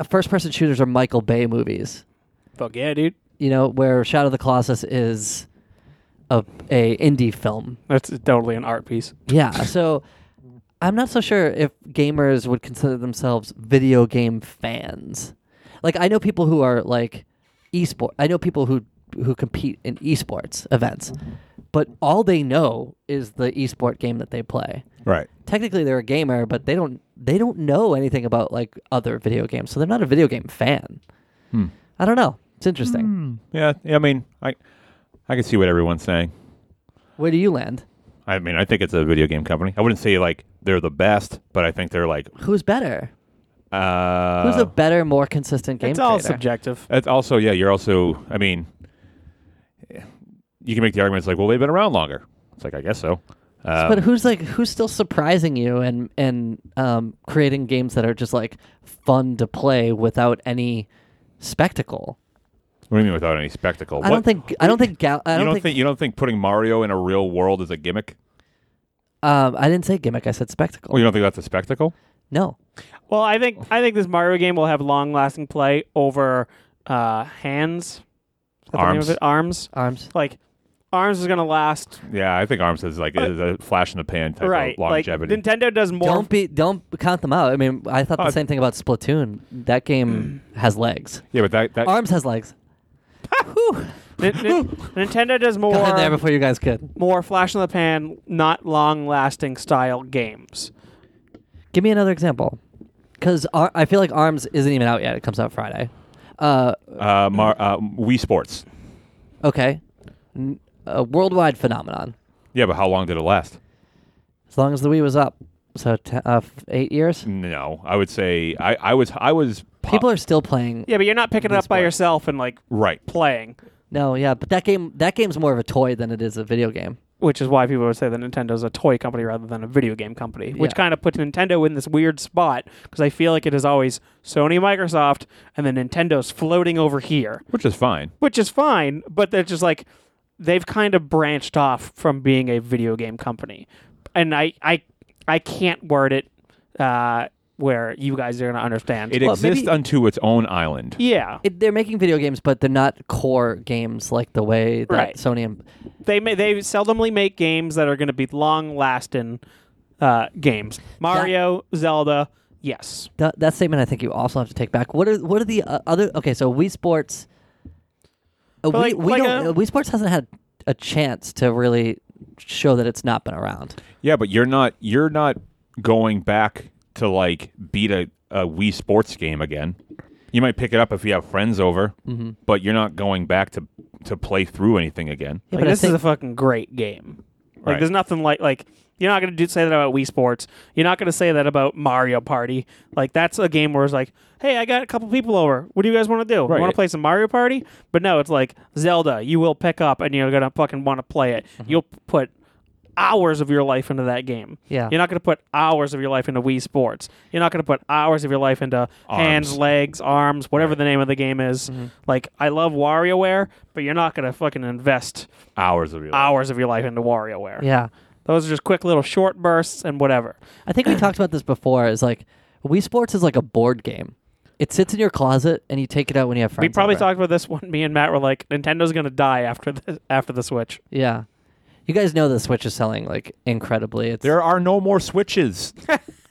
C: first person shooters are Michael Bay movies
D: fuck yeah, dude.
C: you know, where Shadow of the Colossus is a a indie film.
D: That's totally an art piece.
C: Yeah, so I'm not so sure if gamers would consider themselves video game fans. Like I know people who are like esport. I know people who who compete in esports events, but all they know is the esport game that they play.
B: right.
C: Technically, they're a gamer, but they don't they don't know anything about like other video games, so they're not a video game fan. I don't know. It's interesting.
B: Yeah. yeah, I mean, I I can see what everyone's saying.
C: Where do you land?
B: I mean, I think it's a video game company. I wouldn't say like they're the best, but I think they're like.
C: Who's better?
B: Uh,
C: Who's a better, more consistent game
D: It's all
C: creator?
D: subjective.
B: That's also yeah. You're also. I mean, you can make the arguments like, well, they've been around longer. It's like I guess so. Um,
C: but who's like who's still surprising you and and um, creating games that are just like fun to play without any spectacle?
B: what do you mean without any spectacle?
C: I
B: What-
C: don't think I don't think Gal- I
B: you
C: don't,
B: don't
C: think,
B: think, you don't think putting Mario in a real world is a gimmick?
C: um, I didn't say gimmick. I said spectacle.
B: Well, you don't think that's a spectacle?
C: no,
D: Well, I think I think this Mario game will have long lasting play over uh, hands. Is that the name
B: Arms.
D: of it? Arms.
C: arms.
D: Like arms is gonna last
B: Yeah, I think Arms is like is a flash in the pan type
D: right.
B: of longevity.
D: Like Nintendo does more.
C: Don't be don't count them out. I mean, I thought the
B: Uh,
C: same thing about Splatoon. That game has legs.
B: yeah, but that, that
C: Arms has legs.
D: Nin- nin- Nintendo does more
C: Got in there before you guys could.
D: more flash in the pan, not long lasting style games.
C: Give me another example, because Ar- I feel like Arms isn't even out yet. It comes out Friday. Uh,
B: uh, Mar- uh, Wii Sports.
C: Okay. N- A worldwide phenomenon.
B: Yeah, but how long did it last?
C: As long as the Wii was up. So te- uh, f- eight years.
D: Mm,
B: No, I would say I, I was I was po-
C: People are still playing.
D: Yeah, but you're not picking it up by
C: Esports.
D: yourself and like
B: right.
D: playing.
C: No, yeah, but that game that game's more of a toy than it is a video game.
D: which is why people would say that Nintendo's a toy company rather than a video game company, which
C: Yeah.
D: kind of puts Nintendo in this weird spot because I feel like it is always Sony, Microsoft, and then Nintendo's floating over here,
B: which is fine.
D: which is fine, but they're just like they've kind of branched off from being a video game company, and I I I can't word it uh, where you guys are gonna understand.
B: It
C: Well,
B: exists
C: maybe-
B: unto its own island.
D: yeah,
C: It, they're making video games, but they're not core games like the way that
D: Right.
C: Sony. And,
D: they ma- they seldomly make games that are going to be long lasting uh, games. Mario, Zelda, yes.
C: Th- that statement, I think you also have to take back. What are what are the uh, other? Okay, so Wii Sports. Uh,
D: But
C: we
D: like-
C: we
D: like
C: don't.
D: a-
C: uh, Wii Sports hasn't had a chance to really show that it's not been around.
B: Yeah, but you're not you're not going back to like beat a, a Wii Sports game again. You might pick it up if you have friends over,
C: Mm-hmm.
B: but you're not going back to to play through anything again.
C: Yeah,
D: Like,
C: but I
D: this is
C: think-
D: a fucking great game. Like
B: Right.
D: there's nothing like like you're not going to do say that about Wii Sports. You're not going to say that about Mario Party. Like that's a game where it's like, hey, I got a couple people over. What do you guys want to do?
B: Right.
D: You want to play some Mario Party? But no, it's like Zelda. You will pick up and you're going to fucking want to play it.
C: Mm-hmm.
D: You'll put hours of your life into that game.
C: Yeah.
D: You're not going to put hours of your life into Wii Sports. You're not going to put hours of your life into hands,
B: Arms.
D: legs, arms, whatever the name of the game is.
C: Mm-hmm.
D: Like I love WarioWare, but you're not going to fucking invest
B: Hours of your life.
D: hours of your life into WarioWare.
C: yeah,
D: Those are just quick little short bursts and whatever.
C: I think we talked about this before. Is like Wii Sports is like a board game. It sits in your closet and you take it out when you have friends.
D: We probably
C: over.
D: talked about this one. Me and Matt were like, Nintendo's going to die after the after the Switch.
C: Yeah, you guys know the Switch is selling like incredibly. It's
B: There are no more Switches.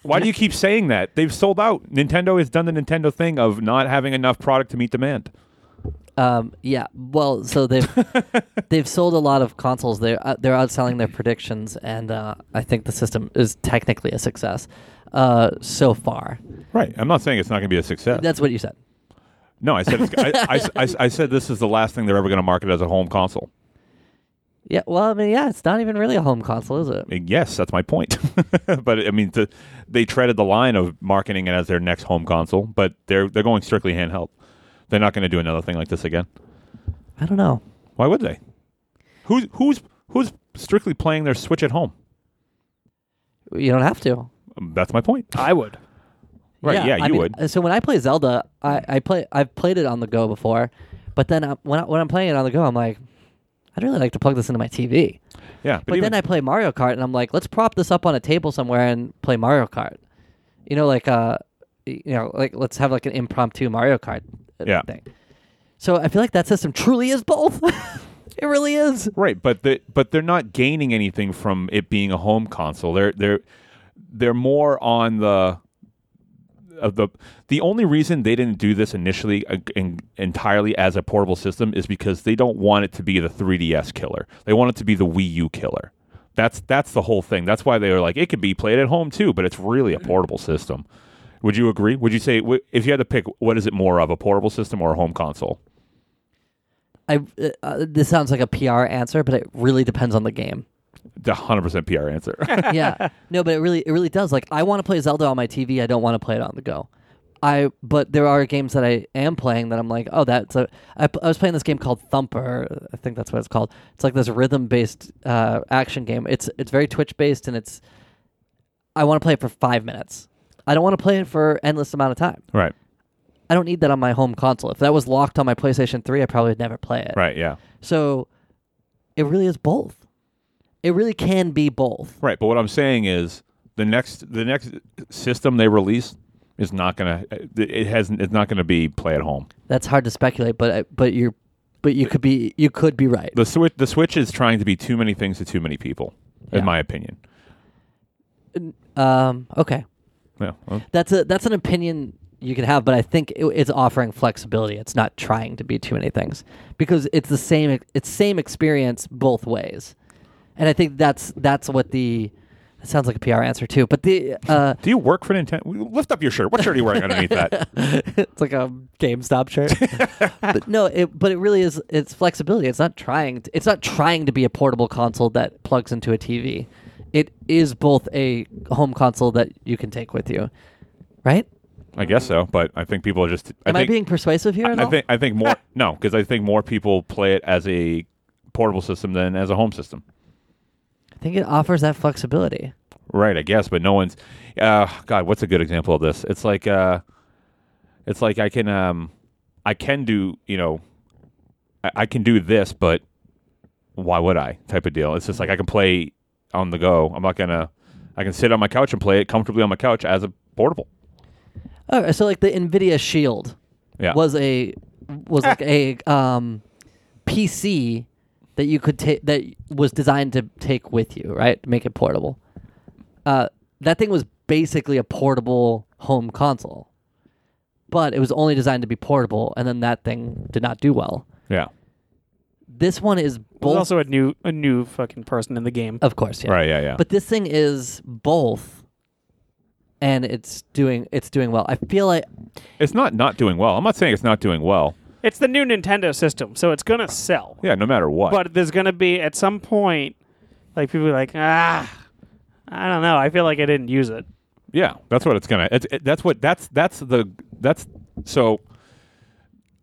B: Why do you keep saying that? They've sold out. Nintendo has done the Nintendo thing of not having enough product to meet demand.
C: Um, yeah. Well, so they've they've sold a lot of consoles. They're uh, they're outselling their predictions, and uh, I think the system is technically a success uh, so far.
B: Right. I'm not saying it's not going to be a success.
C: That's what you said.
B: no, I said it's, I, I- I- I said this is the last thing they're ever going to market as a home console.
C: Yeah. Well, I mean, yeah, it's not even really a home console, is it?
B: Yes, that's my point. but I mean, the, they treaded the line of marketing it as their next home console, but they're they're going strictly handheld. They're not going to do another thing like this again.
C: I don't know.
B: Why would they? Who's who's who's strictly playing their Switch at home?
C: You don't have to.
B: Um, That's my point.
D: I would.
B: Right? Yeah,
C: I
B: you
C: mean,
B: would.
C: uh, So when I play Zelda, I, I play I've played it on the go before, but then uh, when I, when I'm playing it on the go, I'm like, I'd really like to plug this into my TV.
B: yeah,
C: But
B: even-
C: then I play Mario Kart, and I'm like, let's prop this up on a table somewhere and play Mario Kart. You know, like uh, y- you know, like let's have like an impromptu Mario Kart uh,
B: Yeah.
C: thing. So I feel like that system truly is both. it really is.
B: Right, but the, but they're not gaining anything from it being a home console. They're they're they're more on the of the the only reason they didn't do this initially uh, in, entirely as a portable system is because they don't want it to be the 3DS killer. They want it to be the Wii U killer. That's that's the whole thing. That's why they were like it could be played at home too, but it's really a portable system. Would you agree? Would you say wh- if you had to pick what is it more of a portable system or a home console?
C: I uh, uh, this sounds like a PR answer, but it really depends on the game.
B: The 100% PR answer.
C: yeah. No, but it really it really does. Like I want to play Zelda on my TV. I don't want to play it on the go. I but there are games that I am playing that I'm like, oh, that's a. I, p- I was playing this game called Thumper. I think that's what it's called. It's like this rhythm based uh, action game. It's it's very Twitch based and it's. I want to play it for five minutes. I don't want to play it for endless amount of time.
B: right.
C: I don't need that on my home console. If that was locked on my PlayStation Three, I probably would never play it.
B: Right, yeah.
C: So, it really is both. It really can be both.
B: Right, but what I'm saying is the next the next system they release is not gonna it has it's not gonna be play at home.
C: That's hard to speculate, but uh, but you're but you could be you could be right.
B: The switch the Switch is trying to be too many things to too many people,
C: Yeah.
B: in my opinion.
C: Um, okay,
B: Yeah, well,
C: that's a that's an opinion you can have, but I think it, it's offering flexibility. It's not trying to be too many things because it's the same it's same experience both ways, and I think that's that's what the that sounds like a PR answer too. But the uh,
B: do you work for Nintendo? Lift up your shirt. What shirt are you wearing underneath that?
C: it's like a GameStop shirt. but no, it but it really is it's flexibility. It's not trying to, it's not trying to be a portable console that plugs into a TV. It is both a home console that you can take with you. Right?
B: I guess so, but I think people are just. I
C: Am I,
B: think,
C: being persuasive here at
B: I
C: all?
B: think I think more no because I think more people play it as a portable system than as a home system.
C: I think it offers that flexibility.
B: Right, I guess, but no one's. Uh, God, what's a good example of this? It's like, uh, it's like I can, um, I can do, you know, I, I can do this, but why would I? Type of deal. It's just like I can play on the go. I'm not gonna. I can sit on my couch and play it comfortably on my couch as a portable.
C: All right, Oh, so like the Nvidia Shield
B: Yeah.
C: was a was like a um, PC that you could take that was designed to take with you, right? Make it portable. Uh, that thing was basically a portable home console, but it was only designed to be portable, and then that thing did not do well.
B: yeah.
C: This one is
D: There's
C: both,
D: also a new a new fucking person in the game.
C: of course, yeah.
B: Right. Yeah. Yeah.
C: But this thing is both, and it's doing it's doing well. I feel like
B: it's not not doing well. I'm not saying it's not doing well.
D: It's the new Nintendo system, so it's gonna sell.
B: Yeah. No matter what.
D: But there's gonna be at some point, like people are like, ah, I don't know. I feel like I didn't use it.
B: Yeah, that's what it's gonna. It's, it, that's what that's that's the that's so.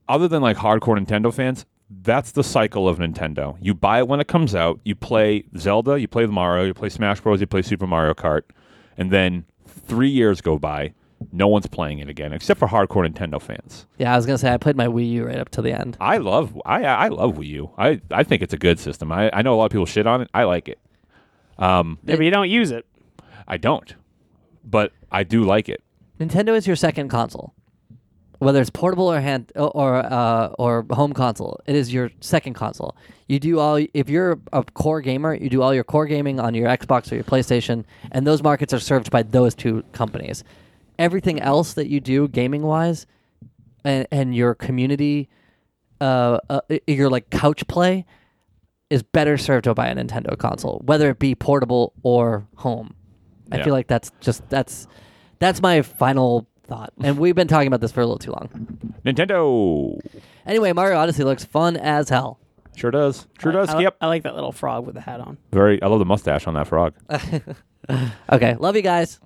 B: Other than like hardcore Nintendo fans, that's the cycle of Nintendo. You buy it when it comes out. You play Zelda. You play the Mario. You play Smash Bros. You play Super Mario Kart, and then three years go by. No one's playing it again, except for hardcore Nintendo fans.
C: yeah, I was gonna say I played my Wii U right up to the end.
B: I love I I love Wii U. I I think it's a good system. I I know a lot of people shit on it. I like it.
D: Maybe you don't use it.
B: I don't, but I do like it.
C: Nintendo is your second console, whether it's portable or hand or uh, or home console. It is your second console. You do all if you're a core gamer, you do all your core gaming on your Xbox or your PlayStation, and those markets are served by those two companies. Everything else that you do gaming wise, and and your community, uh, uh your like couch play, is better served by a Nintendo console, whether it be portable or home. I
B: Yeah.
C: feel like that's just that's that's my final thought. And we've been talking about this for a little too long.
B: Nintendo
C: Anyway, Mario Odyssey looks fun as hell.
B: sure does. Sure does.
D: I, li-
B: Yep.
D: I like that little frog with the hat on.
B: Very, I love the mustache on that frog. Uh,
C: Okay, love you guys.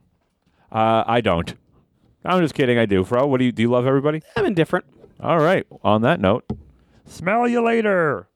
B: I don't. I'm just kidding. I do. Fro, what do you do? You love everybody?
D: I'm indifferent.
B: All right. On that note, smell you later.